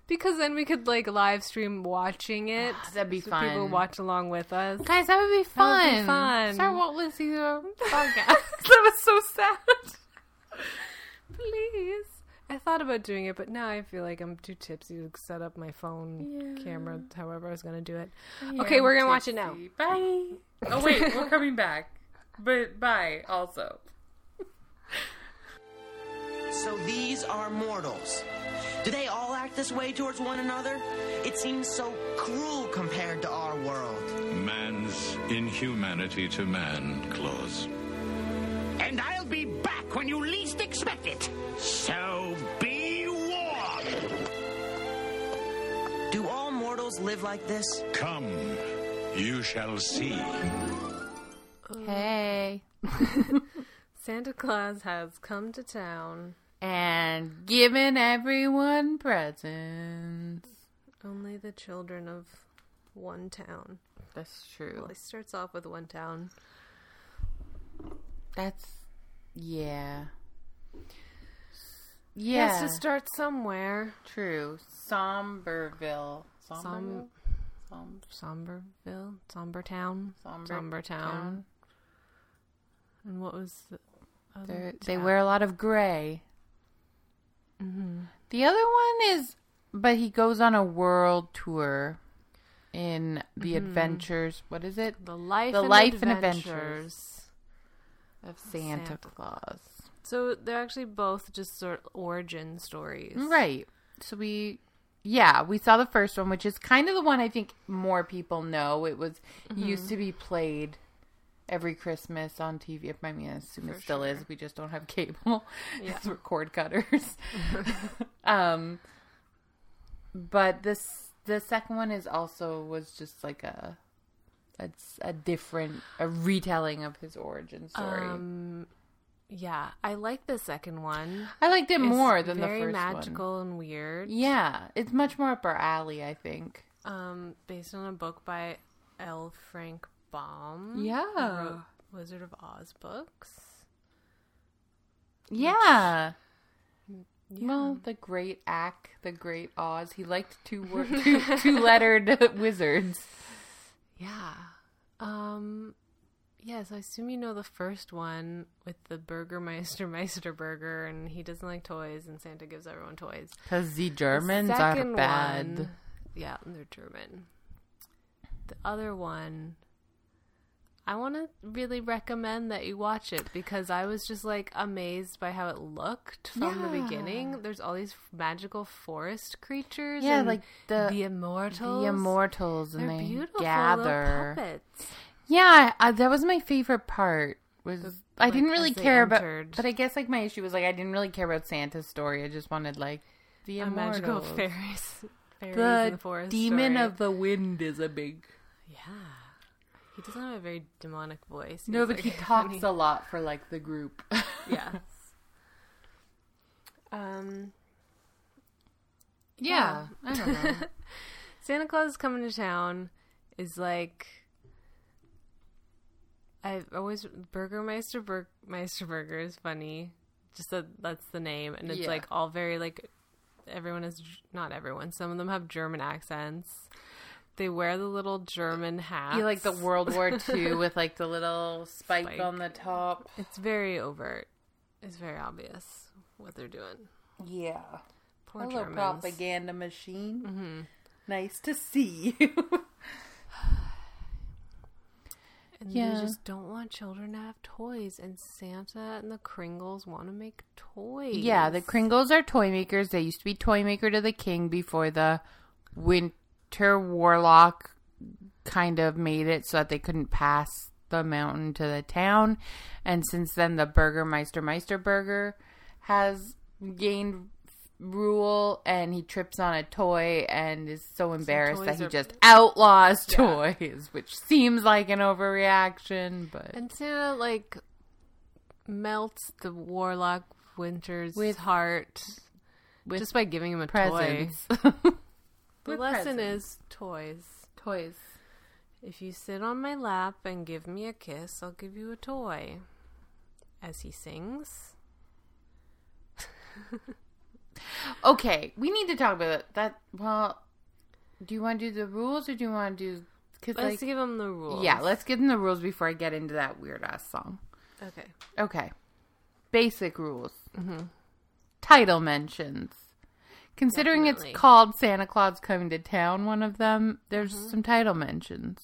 Speaker 1: because then we could like live stream watching it.
Speaker 2: that'd be
Speaker 1: so
Speaker 2: fun.
Speaker 1: People watch along with us.
Speaker 2: Guys, that would be
Speaker 1: That
Speaker 2: fun.
Speaker 1: would be fun.
Speaker 2: Start Walt Whitney podcast. that was so sad.
Speaker 1: Please. I thought about doing it, but now I feel like I'm too tipsy to set up my phone camera. However, I was gonna do it. okay, we're gonna watch it now.
Speaker 2: Bye. Oh wait, we're coming back. But bye also.
Speaker 4: So these are mortals. Do they all act this way towards one another? It seems so cruel compared to our world.
Speaker 5: Man's inhumanity to man clause.
Speaker 6: and I'll be back when you least expect it. So be warned.
Speaker 4: Do all mortals live like this?
Speaker 5: Come, you shall see.
Speaker 2: Hey.
Speaker 1: Santa Claus has come to town.
Speaker 2: And giving everyone presents.
Speaker 1: Only the children of one town.
Speaker 2: That's true.
Speaker 1: Well, he starts off with one town.
Speaker 2: That's yeah.
Speaker 1: He
Speaker 2: Yeah.
Speaker 1: has to start somewhere.
Speaker 2: true. Somberville. Somberville. Som-
Speaker 1: Somberville, Somber Town,
Speaker 2: Somber
Speaker 1: Somber Town. And what was the
Speaker 2: They're- They wear a lot of gray. Mm-hmm. The other one is, but he goes on a world tour in the adventures. What is it?
Speaker 1: the life?
Speaker 2: Mm-hmm. The
Speaker 1: and
Speaker 2: Life and
Speaker 1: adventures.
Speaker 2: Adventures. Of Santa,
Speaker 1: Santa.
Speaker 2: Claus.
Speaker 1: So they're actually both just sort of origin stories,
Speaker 2: Right. So we, yeah, we saw the first one, which is kind of the one I think more people know. It was
Speaker 1: Mm-hmm.
Speaker 2: used to be played every Christmas on TV. If I mean, I assume it still is. We just don't have cable. it's we're cord cutters. um, but this the second one is also was just like a. It's a different, a retelling of his origin story.
Speaker 1: Um, Yeah, I like the second one
Speaker 2: I liked it
Speaker 1: It's
Speaker 2: more than the
Speaker 1: very
Speaker 2: first one.
Speaker 1: magical and weird.
Speaker 2: Yeah, it's much more up our alley, I think.
Speaker 1: Um, based on a book by L. Frank Baum. who
Speaker 2: Yeah.
Speaker 1: wrote Wizard of Oz books.
Speaker 2: Yeah. Well, the great Ack, the great Oz. He liked two word, two, two lettered wizards.
Speaker 1: Yeah. Um. Yeah, so I assume you know the first one with the Burgermeister Meister Burger, and he doesn't like toys, and Santa gives everyone toys.
Speaker 2: Because the
Speaker 1: The
Speaker 2: Germans
Speaker 1: second one- yeah, they're German. The other one, I want to really recommend that you watch it because I was just like amazed by how it looked from the beginning. There's all these magical forest creatures.
Speaker 2: Yeah,
Speaker 1: and
Speaker 2: like the-
Speaker 1: the immortals.
Speaker 2: The immortals and
Speaker 1: They're
Speaker 2: they
Speaker 1: beautiful little
Speaker 2: gather.
Speaker 1: puppets.
Speaker 2: Yeah, I, that was my favorite part. Was I
Speaker 1: like,
Speaker 2: didn't really
Speaker 1: as they
Speaker 2: care
Speaker 1: entered.
Speaker 2: about, but I guess like my issue was like I didn't really care about Santa's story. I just wanted like the
Speaker 1: A magical
Speaker 2: immortals.
Speaker 1: fairies. fairies in the forest
Speaker 2: demon
Speaker 1: story.
Speaker 2: of the wind is a big
Speaker 1: yeah. He doesn't have a very demonic voice.
Speaker 2: No,
Speaker 1: He's,
Speaker 2: but he
Speaker 1: like,
Speaker 2: talks a lot for like the group.
Speaker 1: yes. Um,
Speaker 2: yeah, I don't know.
Speaker 1: Santa Claus is coming to town is like I've always Burgermeister Bur- Meister Burger is funny. Just that that's the name, and it's
Speaker 2: Yeah.
Speaker 1: like all very like everyone is not everyone. Some of them have German accents. They wear the little German hats.
Speaker 2: You like the World War II with like the little spike,
Speaker 1: Spike.
Speaker 2: on the top.
Speaker 1: It's very overt. It's very obvious what they're doing.
Speaker 2: Yeah,
Speaker 1: Poor
Speaker 2: a little
Speaker 1: Germans.
Speaker 2: propaganda machine. Nice to see you.
Speaker 1: And
Speaker 2: Yeah.
Speaker 1: they just don't want children to have toys. And Santa and the Kringles want to make toys.
Speaker 2: yeah, the Kringles are toy makers. They used to be toy maker to the king before the Winter Warlock kind of made it so that they couldn't pass the mountain to the town. And since then, the Burgermeister Meisterburger has gained rule and he trips on a toy and is so embarrassed that
Speaker 1: toys
Speaker 2: he
Speaker 1: are-
Speaker 2: just outlaws toys, which seems like an overreaction, but.
Speaker 1: And Santa, like, melts the warlock Winter's
Speaker 2: With-
Speaker 1: heart just by giving him a
Speaker 2: presents.
Speaker 1: toy. The
Speaker 2: With
Speaker 1: lesson
Speaker 2: presents.
Speaker 1: is toys.
Speaker 2: Toys.
Speaker 1: If you sit on my lap and give me a kiss, I'll give you a toy. As he sings.
Speaker 2: Okay, we need to talk about it. that. Well, do you want to do the rules or do you want to do? Because
Speaker 1: Let's
Speaker 2: like,
Speaker 1: give him the rules.
Speaker 2: yeah, let's get in the rules before I get into that weird ass song.
Speaker 1: Okay.
Speaker 2: Okay, basic rules.
Speaker 1: Mm-hmm.
Speaker 2: Title mentions. Considering
Speaker 1: Definitely.
Speaker 2: it's called Santa Claus Coming to Town, one of them, there's some title mentions.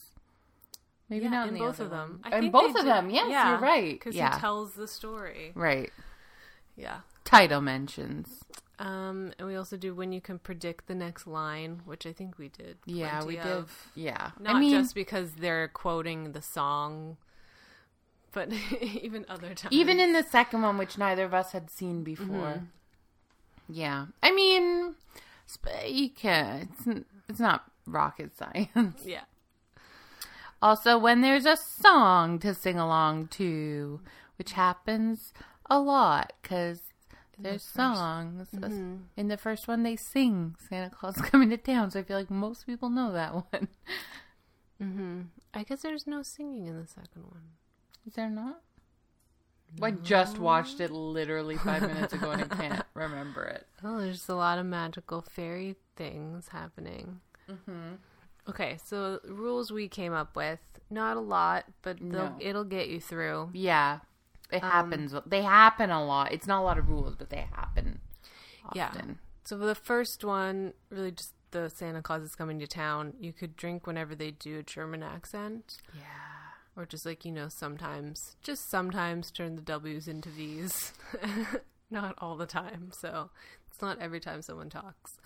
Speaker 2: Maybe
Speaker 1: Mm-hmm. Yeah,
Speaker 2: not
Speaker 1: in
Speaker 2: in the
Speaker 1: both
Speaker 2: other
Speaker 1: of them.
Speaker 2: One. In both of them, yes, you're right.
Speaker 1: Because
Speaker 2: yeah,
Speaker 1: he tells the story.
Speaker 2: right.
Speaker 1: Yeah.
Speaker 2: Title mentions.
Speaker 1: Um, and we also do when you can predict the next line, which I think we did.
Speaker 2: Yeah, we
Speaker 1: plenty
Speaker 2: did.
Speaker 1: of.
Speaker 2: Yeah,
Speaker 1: Not
Speaker 2: I mean,
Speaker 1: just because they're quoting the song, but even other times.
Speaker 2: even in the second one, which neither of us had seen before. Yeah, I mean, sp- you can. It's n- it's not rocket science.
Speaker 1: yeah,
Speaker 2: Also, when there's a song to sing along to, which happens a lot because there's songs. uh, In the first one, they sing Santa Claus coming to town, so I feel like most people know that one.
Speaker 1: I guess there's no singing in the second one.
Speaker 2: Is there not? I just watched it literally five minutes ago and I can't remember it.
Speaker 1: Oh, there's a lot of magical fairy things happening. Mm-hmm. Okay, so rules we came up with. Not a lot, but they'll
Speaker 2: No.
Speaker 1: it'll get you through.
Speaker 2: Yeah. It happens. They happen a lot. It's not a lot of rules, but they happen often.
Speaker 1: So for the first one, really just the Santa Claus is coming to town. You could drink whenever they do a German accent. Yeah. Or just like, you know, sometimes, just sometimes turn the W's into V's. not all the time. So it's not every time someone talks.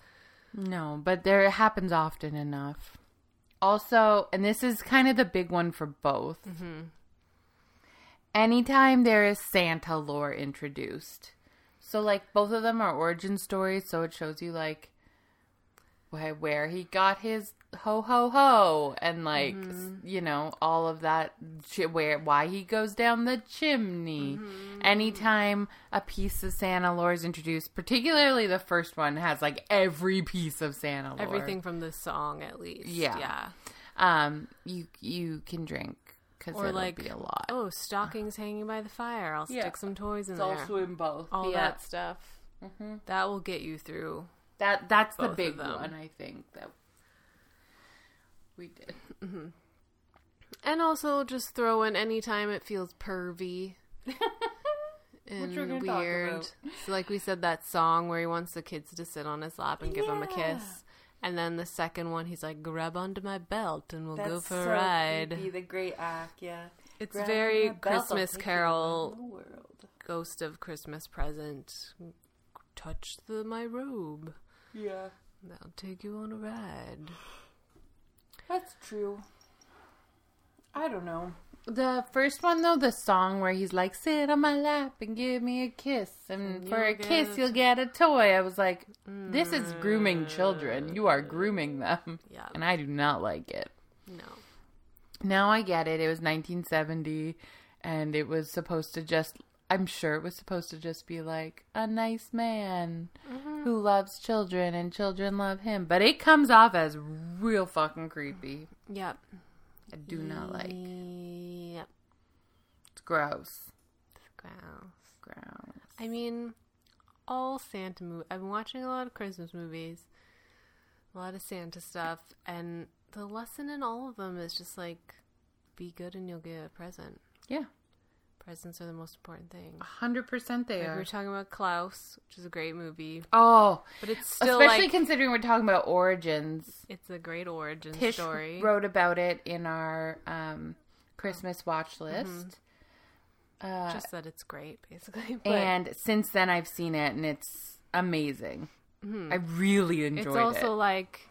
Speaker 2: No, but there it happens often enough. Also, and this is kind of the big one for both. Anytime there is Santa lore introduced. So like both of them are origin stories, so it shows you like wh- where he got his ho ho ho and like s- you know all of that chi- where why he goes down the chimney anytime a piece of santa lore is introduced particularly the first one has like every piece of santa lore
Speaker 1: Everything from the song, at least.
Speaker 2: Yeah.
Speaker 1: Yeah.
Speaker 2: um you you can drink because
Speaker 1: Or
Speaker 2: it'll
Speaker 1: like,
Speaker 2: be a lot
Speaker 1: oh, stockings hanging by the fire. I'll
Speaker 2: Yeah.
Speaker 1: stick some toys in
Speaker 2: it's
Speaker 1: there.
Speaker 2: also in both
Speaker 1: all
Speaker 2: yeah
Speaker 1: that stuff.
Speaker 2: Mm-hmm.
Speaker 1: That will get you through.
Speaker 2: that that's the
Speaker 1: both of
Speaker 2: big
Speaker 1: them.
Speaker 2: one i think that we did
Speaker 1: And also just throw in anytime it feels pervy and
Speaker 2: we're gonna talk
Speaker 1: weird.
Speaker 2: about.
Speaker 1: So like we said that song where he wants the kids to sit on his lap and give him a kiss. And then the second one he's like grab onto my belt and we'll go for a ride.
Speaker 2: the great act yeah
Speaker 1: It's very Christmas carol ghost of Christmas present. Touch the my robe.
Speaker 2: Yeah,
Speaker 1: That'll take you on a ride.
Speaker 2: that's true. I don't know. The first one though, the song where he's like, "Sit on my lap and give me a kiss, and for
Speaker 1: you'll
Speaker 2: a kiss
Speaker 1: get-
Speaker 2: you'll get a toy." I was like, "This is grooming children. You are grooming them,"
Speaker 1: Mm. Yeah.
Speaker 2: and I do not like it.
Speaker 1: No.
Speaker 2: Now I get it. It was 1970, and it was supposed to just. I'm sure it was supposed to just be like a nice man
Speaker 1: Mm-hmm.
Speaker 2: who loves children and children love him, but it comes off as real fucking creepy.
Speaker 1: Yep.
Speaker 2: I do not like.
Speaker 1: Yep.
Speaker 2: It's gross.
Speaker 1: Growl.
Speaker 2: Gross.
Speaker 1: I mean, all Santa movies. I've been watching a lot of Christmas movies, a lot of Santa stuff, and the lesson in all of them is just like, be good and you'll get a present.
Speaker 2: Yeah,
Speaker 1: Presents are the most important thing.
Speaker 2: hundred percent they
Speaker 1: Like, we were
Speaker 2: are.
Speaker 1: talking about Klaus, which is a great movie,
Speaker 2: Oh,
Speaker 1: but it's still
Speaker 2: especially
Speaker 1: like
Speaker 2: considering we're talking about origins.
Speaker 1: it's a great origin
Speaker 2: Tish
Speaker 1: story.
Speaker 2: wrote about it in our um, Christmas watch list.
Speaker 1: Mm-hmm. just that it's great, basically. But
Speaker 2: and since then I've seen it and it's amazing. I really enjoyed
Speaker 1: Hmm. it's also
Speaker 2: it.
Speaker 1: like,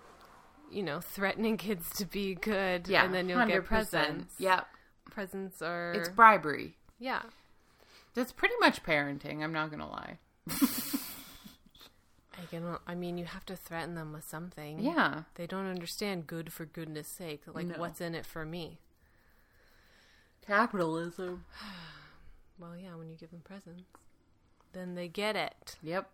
Speaker 1: you know, threatening kids to be good, and then you'll get
Speaker 2: 100%.
Speaker 1: presents.
Speaker 2: Yep.
Speaker 1: presents are
Speaker 2: It's bribery.
Speaker 1: yeah.
Speaker 2: That's pretty much parenting, I'm not going to lie.
Speaker 1: I can. I mean, you have to threaten them with something.
Speaker 2: Yeah.
Speaker 1: They don't understand good for goodness sake. Like,
Speaker 2: No.
Speaker 1: what's in it for me?
Speaker 2: Capitalism.
Speaker 1: Well, yeah, when you give them presents, then they get it.
Speaker 2: Yep.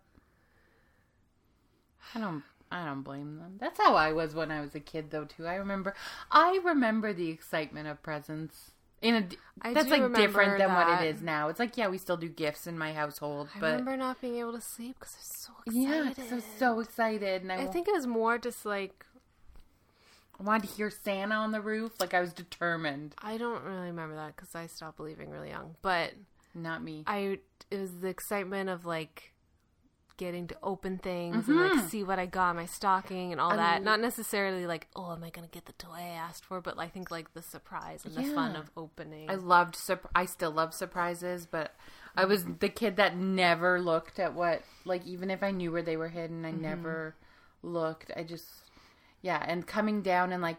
Speaker 2: I don't I don't blame them. That's how I was when I was a kid, though. Too. I remember. I remember the excitement of presents. In a, d-
Speaker 1: I
Speaker 2: that's
Speaker 1: do
Speaker 2: like different
Speaker 1: remember
Speaker 2: than what
Speaker 1: that.
Speaker 2: it is now. It's like yeah, we still do gifts in my household,
Speaker 1: I
Speaker 2: but
Speaker 1: remember not being able to sleep because I was so
Speaker 2: yeah,
Speaker 1: excited.
Speaker 2: 'cause I was so excited, and I,
Speaker 1: I
Speaker 2: wa-
Speaker 1: think it was more just like
Speaker 2: wanted to hear Santa on the roof. Like I was determined.
Speaker 1: I don't really remember that because I stopped believing really young. But
Speaker 2: Not me.
Speaker 1: I it was the excitement of like getting to open things and like see what I got in my stocking and all that. Not necessarily like oh, am I gonna get the toy I asked for? But I think like the surprise and the fun
Speaker 2: Yeah.
Speaker 1: of opening.
Speaker 2: I loved. Sur- I still love surprises, but I was the kid that never looked at what. Like even if I knew where they were hidden, I never looked. I just yeah, and coming down and like.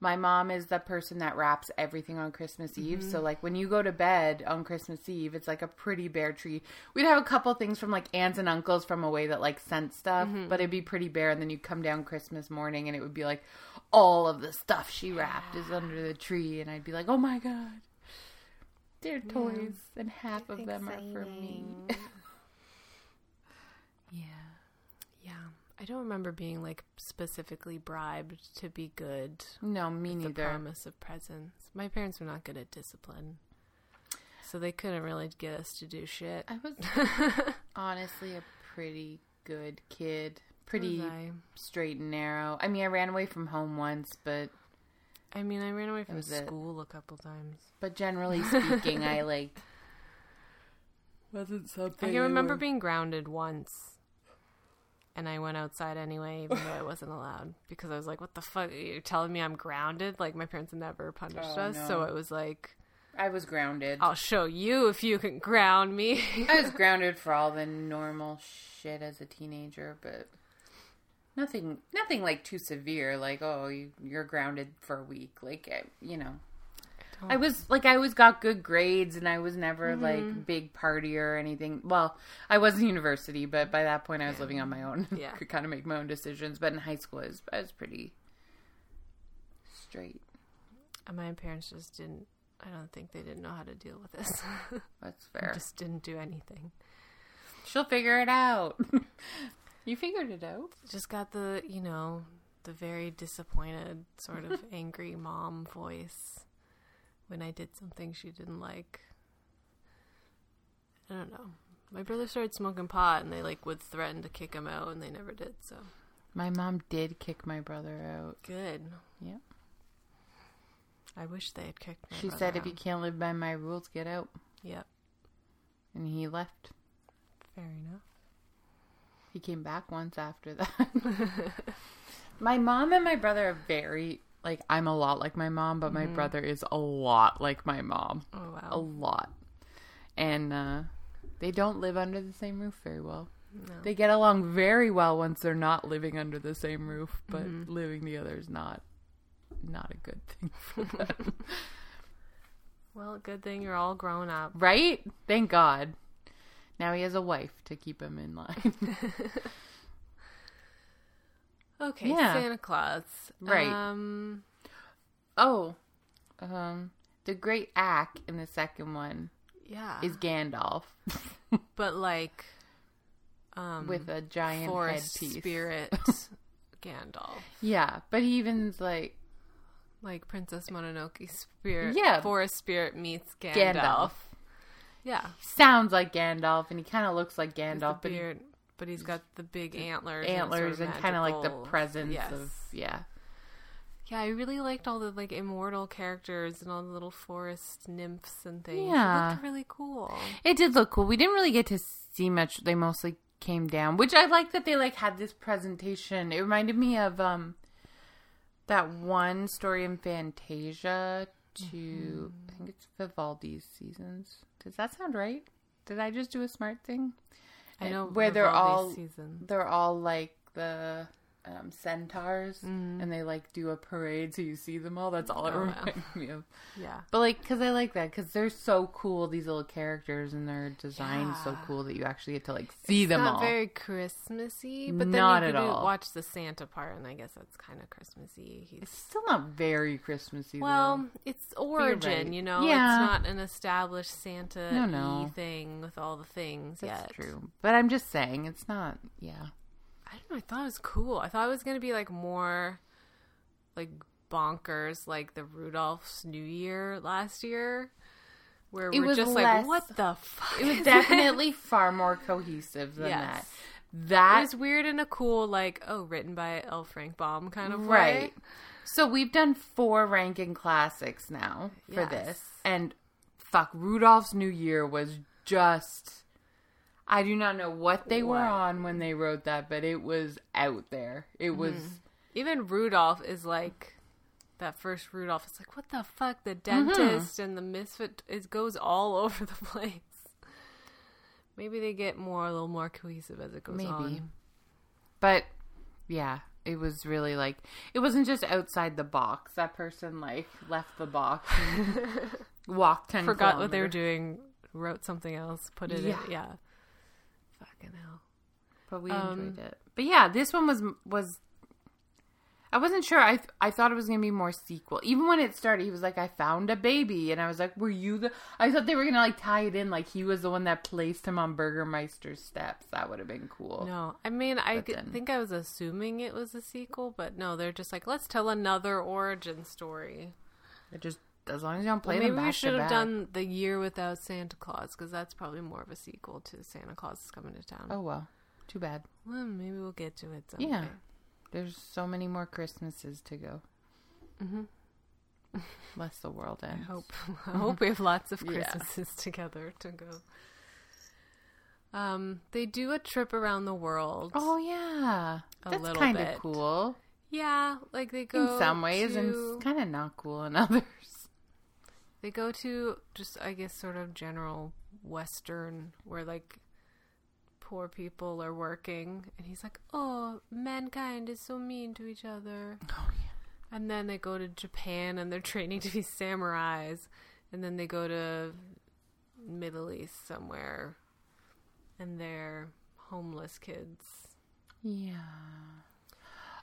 Speaker 2: My mom is the person that wraps everything on Christmas Eve. So, like, when you go to bed on Christmas Eve, it's like a pretty bare tree. We'd have a couple things from like aunts and uncles from away that like sent stuff, but it'd be pretty bare. And then you come down Christmas morning and it would be like all of the stuff she wrapped is under the tree. And I'd be like, oh my God. They're toys, and half of them are for me. yeah.
Speaker 1: yeah, I don't remember being like specifically bribed to be good.
Speaker 2: No, me
Speaker 1: The
Speaker 2: neither.
Speaker 1: promise of presents. My parents were not good at discipline, so they couldn't really get us to do shit.
Speaker 2: I was honestly a pretty good kid. Pretty
Speaker 1: I?
Speaker 2: straight and narrow. I mean, I ran away from home once, but
Speaker 1: I mean, I ran away from
Speaker 2: was it.
Speaker 1: school a couple times.
Speaker 2: but generally speaking, I like wasn't
Speaker 1: I
Speaker 2: something.
Speaker 1: can remember being grounded once, and I went outside anyway, even though I wasn't allowed because I was like, "What the fuck? You're telling me I'm grounded? Like my parents never punished us, so it was like,
Speaker 2: I was grounded.
Speaker 1: I'll show you if you can ground me."
Speaker 2: I was grounded for all the normal shit as a teenager, but nothing, nothing like too severe. Like, oh, you, you're grounded for a week. Like, I, you know, I, was like, I always got good grades, and I was never
Speaker 1: Mm-hmm.
Speaker 2: like big party or anything. Well, I was in university, but by that point, I was living on my own.
Speaker 1: Yeah.
Speaker 2: could kind of make my own decisions. But in high school, I was, I was pretty straight.
Speaker 1: and my parents just didn't. I don't think they didn't know how to deal with this.
Speaker 2: That's fair.
Speaker 1: just didn't do anything.
Speaker 2: She'll figure it out. you figured it out.
Speaker 1: Just got the you know the very disappointed sort of angry mom voice when I did something she didn't like. I don't know. My brother started smoking pot, and they like would threaten to kick him out, and they never did. So
Speaker 2: My mom did kick my brother out.
Speaker 1: good.
Speaker 2: Yep.
Speaker 1: I wish they had kicked. My
Speaker 2: She
Speaker 1: brother
Speaker 2: said, if you
Speaker 1: out."
Speaker 2: can't live by my rules, get out.
Speaker 1: Yep.
Speaker 2: And he left.
Speaker 1: Fair enough.
Speaker 2: He came back once after that. my mom and my brother are very, like, I'm a lot like my mom, but my brother is a lot like my mom.
Speaker 1: Oh wow.
Speaker 2: A lot. And uh, they don't live under the same roof very well. They get along very well once they're not living under the same roof, but living together is not not a good thing for them.
Speaker 1: Well, good thing you're all grown up.
Speaker 2: Right? Thank God. Now he has a wife to keep him in line.
Speaker 1: Okay,
Speaker 2: Yeah.
Speaker 1: Santa Claus.
Speaker 2: Right.
Speaker 1: Um,
Speaker 2: oh, um, the great Ack in the second one
Speaker 1: yeah.
Speaker 2: is Gandalf
Speaker 1: but like, um,
Speaker 2: with a giant
Speaker 1: forest
Speaker 2: headpiece.
Speaker 1: spirit Gandalf.
Speaker 2: Yeah, but he even's like
Speaker 1: Like Princess Mononoke spirit.
Speaker 2: Yeah.
Speaker 1: Forest spirit meets Gandalf.
Speaker 2: Gandalf.
Speaker 1: Yeah.
Speaker 2: Sounds like Gandalf, and he kind of looks like
Speaker 1: With
Speaker 2: Gandalf,
Speaker 1: the
Speaker 2: but he-
Speaker 1: beard, but he's got the big antlers.
Speaker 2: antlers and kind of like the presence
Speaker 1: presence
Speaker 2: of yeah.
Speaker 1: Yeah, I really liked all the like immortal characters and all the little forest nymphs and things. It
Speaker 2: Yeah.
Speaker 1: looked really cool.
Speaker 2: It did look cool. We didn't really get to see much. They mostly came down, which I like that they like had this presentation. It reminded me of um that one story in Fantasia to
Speaker 1: Mm-hmm.
Speaker 2: I think it's Vivaldi's seasons. Does that sound right? Did I just do a smart thing?
Speaker 1: I know
Speaker 2: Uh, where they're
Speaker 1: Vivaldi's
Speaker 2: all
Speaker 1: season.
Speaker 2: they're all like the um, centaurs, and they like do a parade, so you see them all. That's all it
Speaker 1: Mm-hmm. Oh, wow.
Speaker 2: reminded me of.
Speaker 1: Yeah.
Speaker 2: But like, because I like that because they're so cool. These little characters and they're designed so cool that you actually get to like see them
Speaker 1: Not
Speaker 2: all.
Speaker 1: very Christmassy, but then
Speaker 2: Not
Speaker 1: you
Speaker 2: at
Speaker 1: could do-
Speaker 2: all.
Speaker 1: watch the Santa part, and I guess that's kind of Christmassy. He's
Speaker 2: It's still not very Christmassy.
Speaker 1: Well, it's origin,
Speaker 2: right.
Speaker 1: you know.
Speaker 2: Yeah.
Speaker 1: It's not an established Santa
Speaker 2: No, no.
Speaker 1: thing with all the things
Speaker 2: though.
Speaker 1: Yeah,
Speaker 2: that's
Speaker 1: yet.
Speaker 2: true. But I'm just saying, it's not. Yeah,
Speaker 1: I don't know. I thought it was cool. I thought it was gonna be like more, like bonkers, like the Rudolph's New Year last year, where
Speaker 2: It
Speaker 1: we're
Speaker 2: was
Speaker 1: just like,
Speaker 2: less-
Speaker 1: what the fuck?
Speaker 2: It was
Speaker 1: is
Speaker 2: definitely far more cohesive than
Speaker 1: Yes.
Speaker 2: that.
Speaker 1: that?
Speaker 2: That
Speaker 1: It was weird in a cool, like, oh, written by L. Frank Baum kind of way.
Speaker 2: Right. So we've done four ranking classics now for
Speaker 1: Yes.
Speaker 2: this. And fuck, Rudolph's New Year was just. I do not know what they were
Speaker 1: What?
Speaker 2: on when they wrote that, but it was out there. It
Speaker 1: Mm-hmm.
Speaker 2: was.
Speaker 1: Even Rudolph is like that first Rudolph. It's like what the fuck? The
Speaker 2: Mm-hmm.
Speaker 1: dentist and the misfit. It goes all over the place. Maybe they get more a little more cohesive as it goes
Speaker 2: Maybe.
Speaker 1: on.
Speaker 2: But yeah, it was really like. It wasn't just outside the box. That person, like, left the box and walked 10
Speaker 1: Forgot what they were
Speaker 2: kilometers.
Speaker 1: doing. Wrote something else. Put it
Speaker 2: Yeah.
Speaker 1: in. Yeah. Fucking hell.
Speaker 2: but we
Speaker 1: Um,
Speaker 2: enjoyed it. But yeah, this one was was I wasn't sure. I I thought it was gonna be more sequel. Even when it started, he was like, "I found a baby," and I was like, "Were you the?" I thought they were gonna like tie it in, like he was the one that placed him on Burgermeister's steps. That would have been cool.
Speaker 1: No, I mean, I
Speaker 2: But
Speaker 1: g-
Speaker 2: then-
Speaker 1: think I was assuming it was a sequel, but no, they're just like, let's tell another origin story.
Speaker 2: It just as long as you don't play
Speaker 1: Well,
Speaker 2: them
Speaker 1: maybe
Speaker 2: back
Speaker 1: we
Speaker 2: to
Speaker 1: should have
Speaker 2: back.
Speaker 1: done the year without Santa Claus because that's probably more of a sequel to Santa Claus is coming to town.
Speaker 2: Oh well, too bad.
Speaker 1: Well, maybe we'll get to it someday.
Speaker 2: Yeah, there's so many more Christmases to go. Mm-hmm. Less the world ends.
Speaker 1: I hope I hope we have lots of
Speaker 2: Mm-hmm. Yeah.
Speaker 1: Christmases together to go. Um, they do a trip around the world.
Speaker 2: Oh yeah,
Speaker 1: A
Speaker 2: that's
Speaker 1: little
Speaker 2: kind of
Speaker 1: bit.
Speaker 2: cool.
Speaker 1: yeah, like they
Speaker 2: in
Speaker 1: go
Speaker 2: some ways
Speaker 1: to-
Speaker 2: and kind of not cool in others.
Speaker 1: They go to just, I guess, sort of general Western where like poor people are working, and he's like, "Oh, mankind is so mean to each other."
Speaker 2: Oh yeah.
Speaker 1: And then they go to Japan, and they're training to be samurais, and then they go to Middle East somewhere, and they're homeless kids.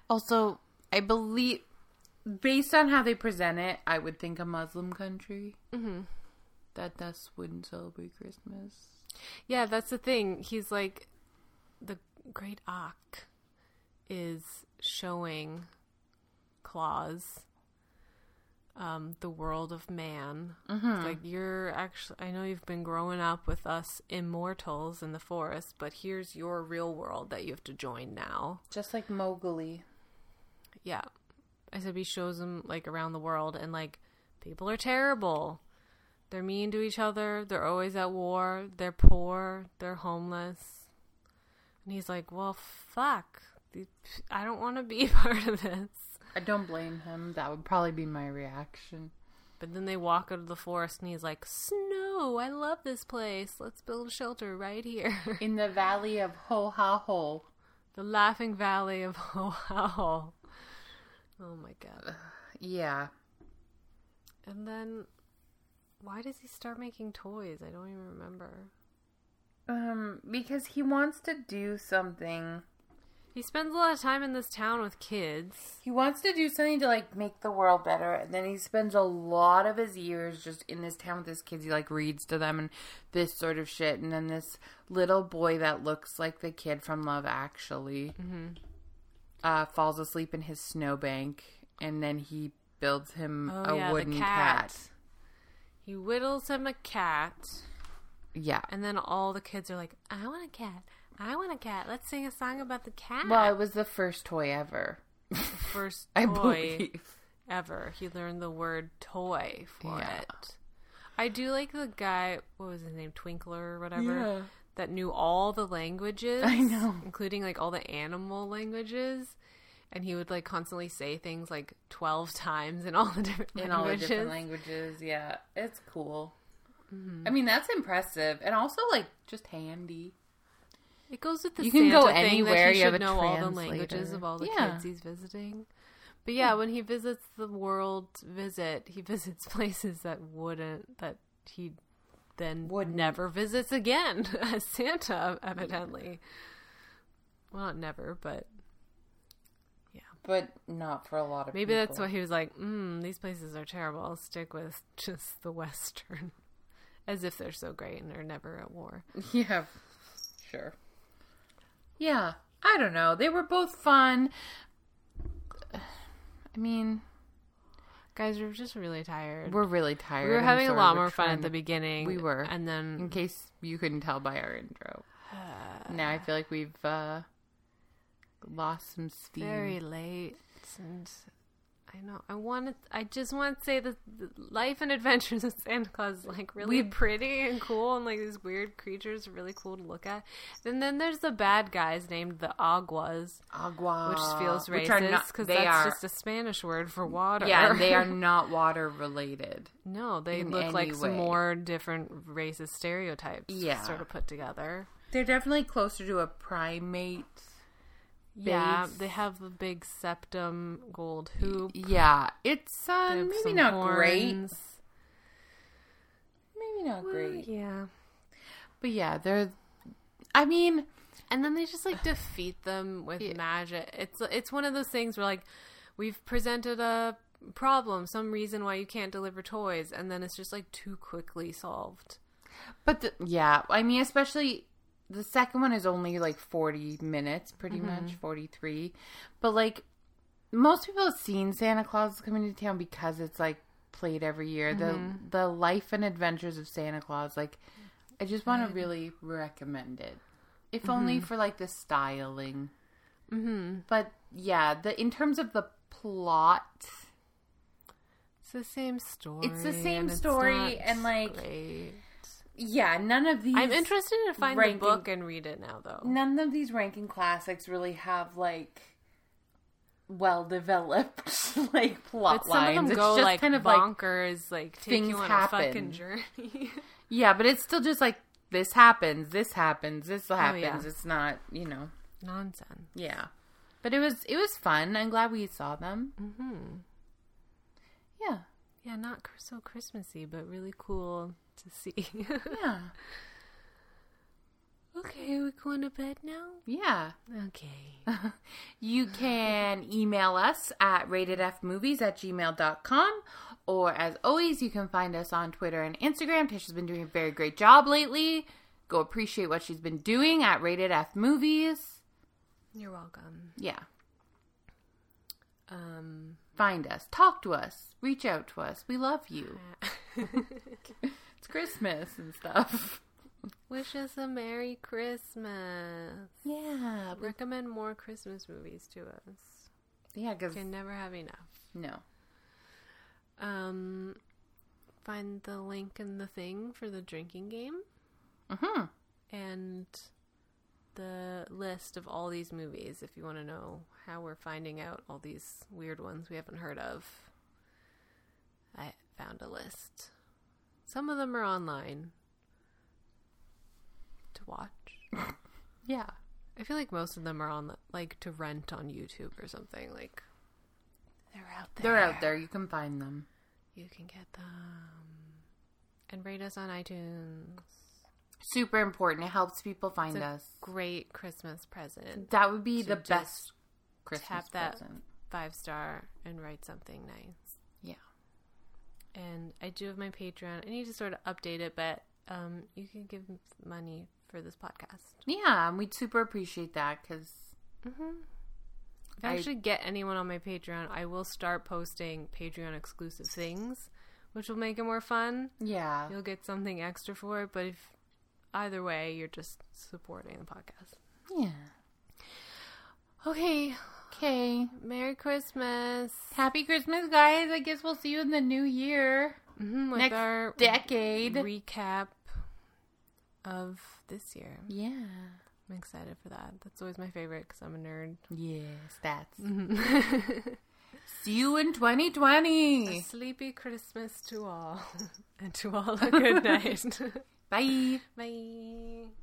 Speaker 2: Also, I believe based on how they present it, I would think a Muslim country that thus wouldn't celebrate Christmas.
Speaker 1: Yeah, that's the thing. He's like the great Ak is showing Claus um, the world of man. It's like you're actually I know you've been growing up with us immortals in the forest, but here's your real world that you have to join now.
Speaker 2: Just like Mowgli.
Speaker 1: Yeah. I said he shows them like around the world and like people are terrible. They're mean to each other. They're always at war. They're poor. They're homeless. And he's like, well, fuck. I don't want to be part of this.
Speaker 2: I don't blame him. That would probably be my reaction.
Speaker 1: But then they walk out of the forest and he's like, snow. I love this place. Let's build a shelter right here.
Speaker 2: In the valley of Ho Ha Ho.
Speaker 1: the Laughing Valley of Ohio. Oh my God.
Speaker 2: Yeah.
Speaker 1: And then why does he start making toys? I don't even remember.
Speaker 2: Um, because he wants to do something.
Speaker 1: He spends a lot of time in this town with kids.
Speaker 2: He wants to do something to like make the world better, and then he spends a lot of his years just in this town with his kids. He like reads to them and this sort of shit, and then this little boy that looks like the kid from Love Actually uh, falls asleep in his snowbank, and then he builds him
Speaker 1: Oh,
Speaker 2: a wooden Oh, cat.
Speaker 1: He whittles him a cat,
Speaker 2: Yeah.
Speaker 1: and then all the kids are like, "I want a cat. I want a cat. Let's sing a song about the cat."
Speaker 2: Well, it was the first toy ever,
Speaker 1: first
Speaker 2: I
Speaker 1: toy
Speaker 2: believe.
Speaker 1: ever. He learned the word toy for
Speaker 2: Yeah.
Speaker 1: it. I do like the guy. What was his name? Twinkler or whatever. That knew all the languages.
Speaker 2: I know.
Speaker 1: including like all the animal languages. And he would like constantly say things like twelve times in all the different
Speaker 2: in all the
Speaker 1: languages.
Speaker 2: different languages. Mm-hmm. Yeah, it's cool. I mean, that's impressive, and also like just handy.
Speaker 1: It goes with the
Speaker 2: You
Speaker 1: Santa
Speaker 2: can go
Speaker 1: thing
Speaker 2: anywhere,
Speaker 1: That
Speaker 2: you
Speaker 1: he
Speaker 2: have
Speaker 1: should
Speaker 2: a
Speaker 1: know all the languages
Speaker 2: translator.
Speaker 1: of all the
Speaker 2: Yeah.
Speaker 1: kids he's visiting. But yeah, when he visits the world visit, he visits places that wouldn't that he then would never visits again as Santa, evidently. Well, not never, but
Speaker 2: but not for a lot of
Speaker 1: maybe that's
Speaker 2: people.
Speaker 1: why he was like, mm, "These places are terrible. I'll stick with just the Western." As if they're so great and are never at war.
Speaker 2: Yeah, sure. Yeah, I don't know. They were both fun. I mean,
Speaker 1: Guys, we're just really tired.
Speaker 2: we're really tired.
Speaker 1: We were
Speaker 2: I'm
Speaker 1: having a
Speaker 2: sorry.
Speaker 1: lot
Speaker 2: We're
Speaker 1: more fun
Speaker 2: trying
Speaker 1: at the
Speaker 2: to-
Speaker 1: beginning.
Speaker 2: We were.
Speaker 1: And
Speaker 2: In
Speaker 1: then
Speaker 2: case you couldn't tell by our intro. now I feel like we've uh, lost some steam.
Speaker 1: very late and I know I want to I just want to say that the life and adventures of Santa Claus is like really pretty and cool and like these weird creatures are really cool to look at. And then there's the bad guys named the Aguas,
Speaker 2: agua,
Speaker 1: which feels
Speaker 2: which are
Speaker 1: racist
Speaker 2: not-
Speaker 1: because
Speaker 2: they
Speaker 1: that's
Speaker 2: are-
Speaker 1: just a Spanish word for water.
Speaker 2: Yeah, and they are not water related.
Speaker 1: No, they
Speaker 2: in
Speaker 1: look
Speaker 2: any
Speaker 1: like some
Speaker 2: way.
Speaker 1: more different racist stereotypes
Speaker 2: Yeah.
Speaker 1: sort of put together.
Speaker 2: They're definitely closer to a primate.
Speaker 1: Yeah,
Speaker 2: Base.
Speaker 1: they have the big septum gold hoop.
Speaker 2: Yeah, it's uh,
Speaker 1: They have
Speaker 2: maybe
Speaker 1: some
Speaker 2: not great.
Speaker 1: horns.
Speaker 2: Maybe not great.
Speaker 1: Yeah.
Speaker 2: But yeah, they're. I mean,
Speaker 1: And then they just like defeat them with magic. It's it's one of those things where like we've presented a problem, some reason why you can't deliver toys, and then it's just like too quickly solved.
Speaker 2: but the, yeah, I mean, especially the second one is only like 40 minutes, pretty much 43. But like, most people have seen Santa Claus is coming to town because it's like played every year. The the life and adventures of Santa Claus. Like, I just want to really recommend it, if only for like the styling. Mm-hmm. But yeah, the in terms of the plot,
Speaker 1: It's the same story.
Speaker 2: It's the same
Speaker 1: and it's
Speaker 2: story,
Speaker 1: not
Speaker 2: and, like,
Speaker 1: great.
Speaker 2: yeah, none of these.
Speaker 1: I'm interested to find
Speaker 2: ranking-
Speaker 1: the book and read it now though.
Speaker 2: none of these ranking classics really have like well developed like plot
Speaker 1: But some of
Speaker 2: lines.
Speaker 1: them
Speaker 2: It's
Speaker 1: go
Speaker 2: just
Speaker 1: like
Speaker 2: kind of like
Speaker 1: bonkers, like, take
Speaker 2: things
Speaker 1: you on
Speaker 2: happen.
Speaker 1: a fucking journey.
Speaker 2: yeah, but it's still just like this happens, this happens, this happens.
Speaker 1: Oh, yeah.
Speaker 2: It's not you know
Speaker 1: Nonsense.
Speaker 2: yeah, but it was it was fun. I'm glad we saw them. Mm-hmm. Yeah,
Speaker 1: Yeah, not cr- so Christmassy, but really cool to see.
Speaker 2: yeah,
Speaker 1: okay, we're going to bed now.
Speaker 2: yeah.
Speaker 1: Okay.
Speaker 2: You can email us at ratedfmovies at gmail.com. Or as always, you can find us on Twitter and Instagram. Tisha's been doing a very great job lately. Go appreciate what she's been doing at Rated F Movies.
Speaker 1: You're welcome.
Speaker 2: Yeah.
Speaker 1: Um,
Speaker 2: Find us. Talk to us. Reach out to us. We love you. It's Christmas and stuff.
Speaker 1: wish us a Merry Christmas.
Speaker 2: Yeah. we-
Speaker 1: Recommend more Christmas movies to us.
Speaker 2: Yeah, because
Speaker 1: Can never have enough.
Speaker 2: no.
Speaker 1: Um, find the link in the thing for the drinking game
Speaker 2: Mm-hmm.
Speaker 1: and the list of all these movies if you want to know how we're finding out all these weird ones we haven't heard of. I found a list. Some of them are online to watch.
Speaker 2: Yeah.
Speaker 1: I feel like most of them are on like to rent on YouTube or something. Like they're out there.
Speaker 2: They're out there. You can find them.
Speaker 1: You can get them and rate us on iTunes.
Speaker 2: Super important. It helps people find
Speaker 1: It's a
Speaker 2: us.
Speaker 1: great Christmas present.
Speaker 2: That would be
Speaker 1: So
Speaker 2: the
Speaker 1: just
Speaker 2: best Christmas
Speaker 1: tap that
Speaker 2: present.
Speaker 1: five star and write something nice.
Speaker 2: Yeah.
Speaker 1: And I do have my Patreon. I need to sort of update it, but um, you can give money for this podcast.
Speaker 2: Yeah, and we'd super appreciate that because
Speaker 1: If I
Speaker 2: I-
Speaker 1: actually get anyone on my Patreon, I will start posting Patreon exclusive things, which will make it more fun.
Speaker 2: yeah,
Speaker 1: You'll get something extra for it, but if either way, you're just supporting the podcast.
Speaker 2: yeah.
Speaker 1: Okay,
Speaker 2: Okay,
Speaker 1: Merry Christmas.
Speaker 2: happy Christmas, guys! I guess we'll see you in the new year,
Speaker 1: Mhm, With
Speaker 2: next
Speaker 1: our
Speaker 2: decade.
Speaker 1: recap of this year.
Speaker 2: yeah,
Speaker 1: I'm excited for that. That's always my favorite because I'm a nerd.
Speaker 2: yes, that's. see you in 2020.
Speaker 1: Sleepy Christmas to all, and to all a good night.
Speaker 2: Bye.
Speaker 1: Bye.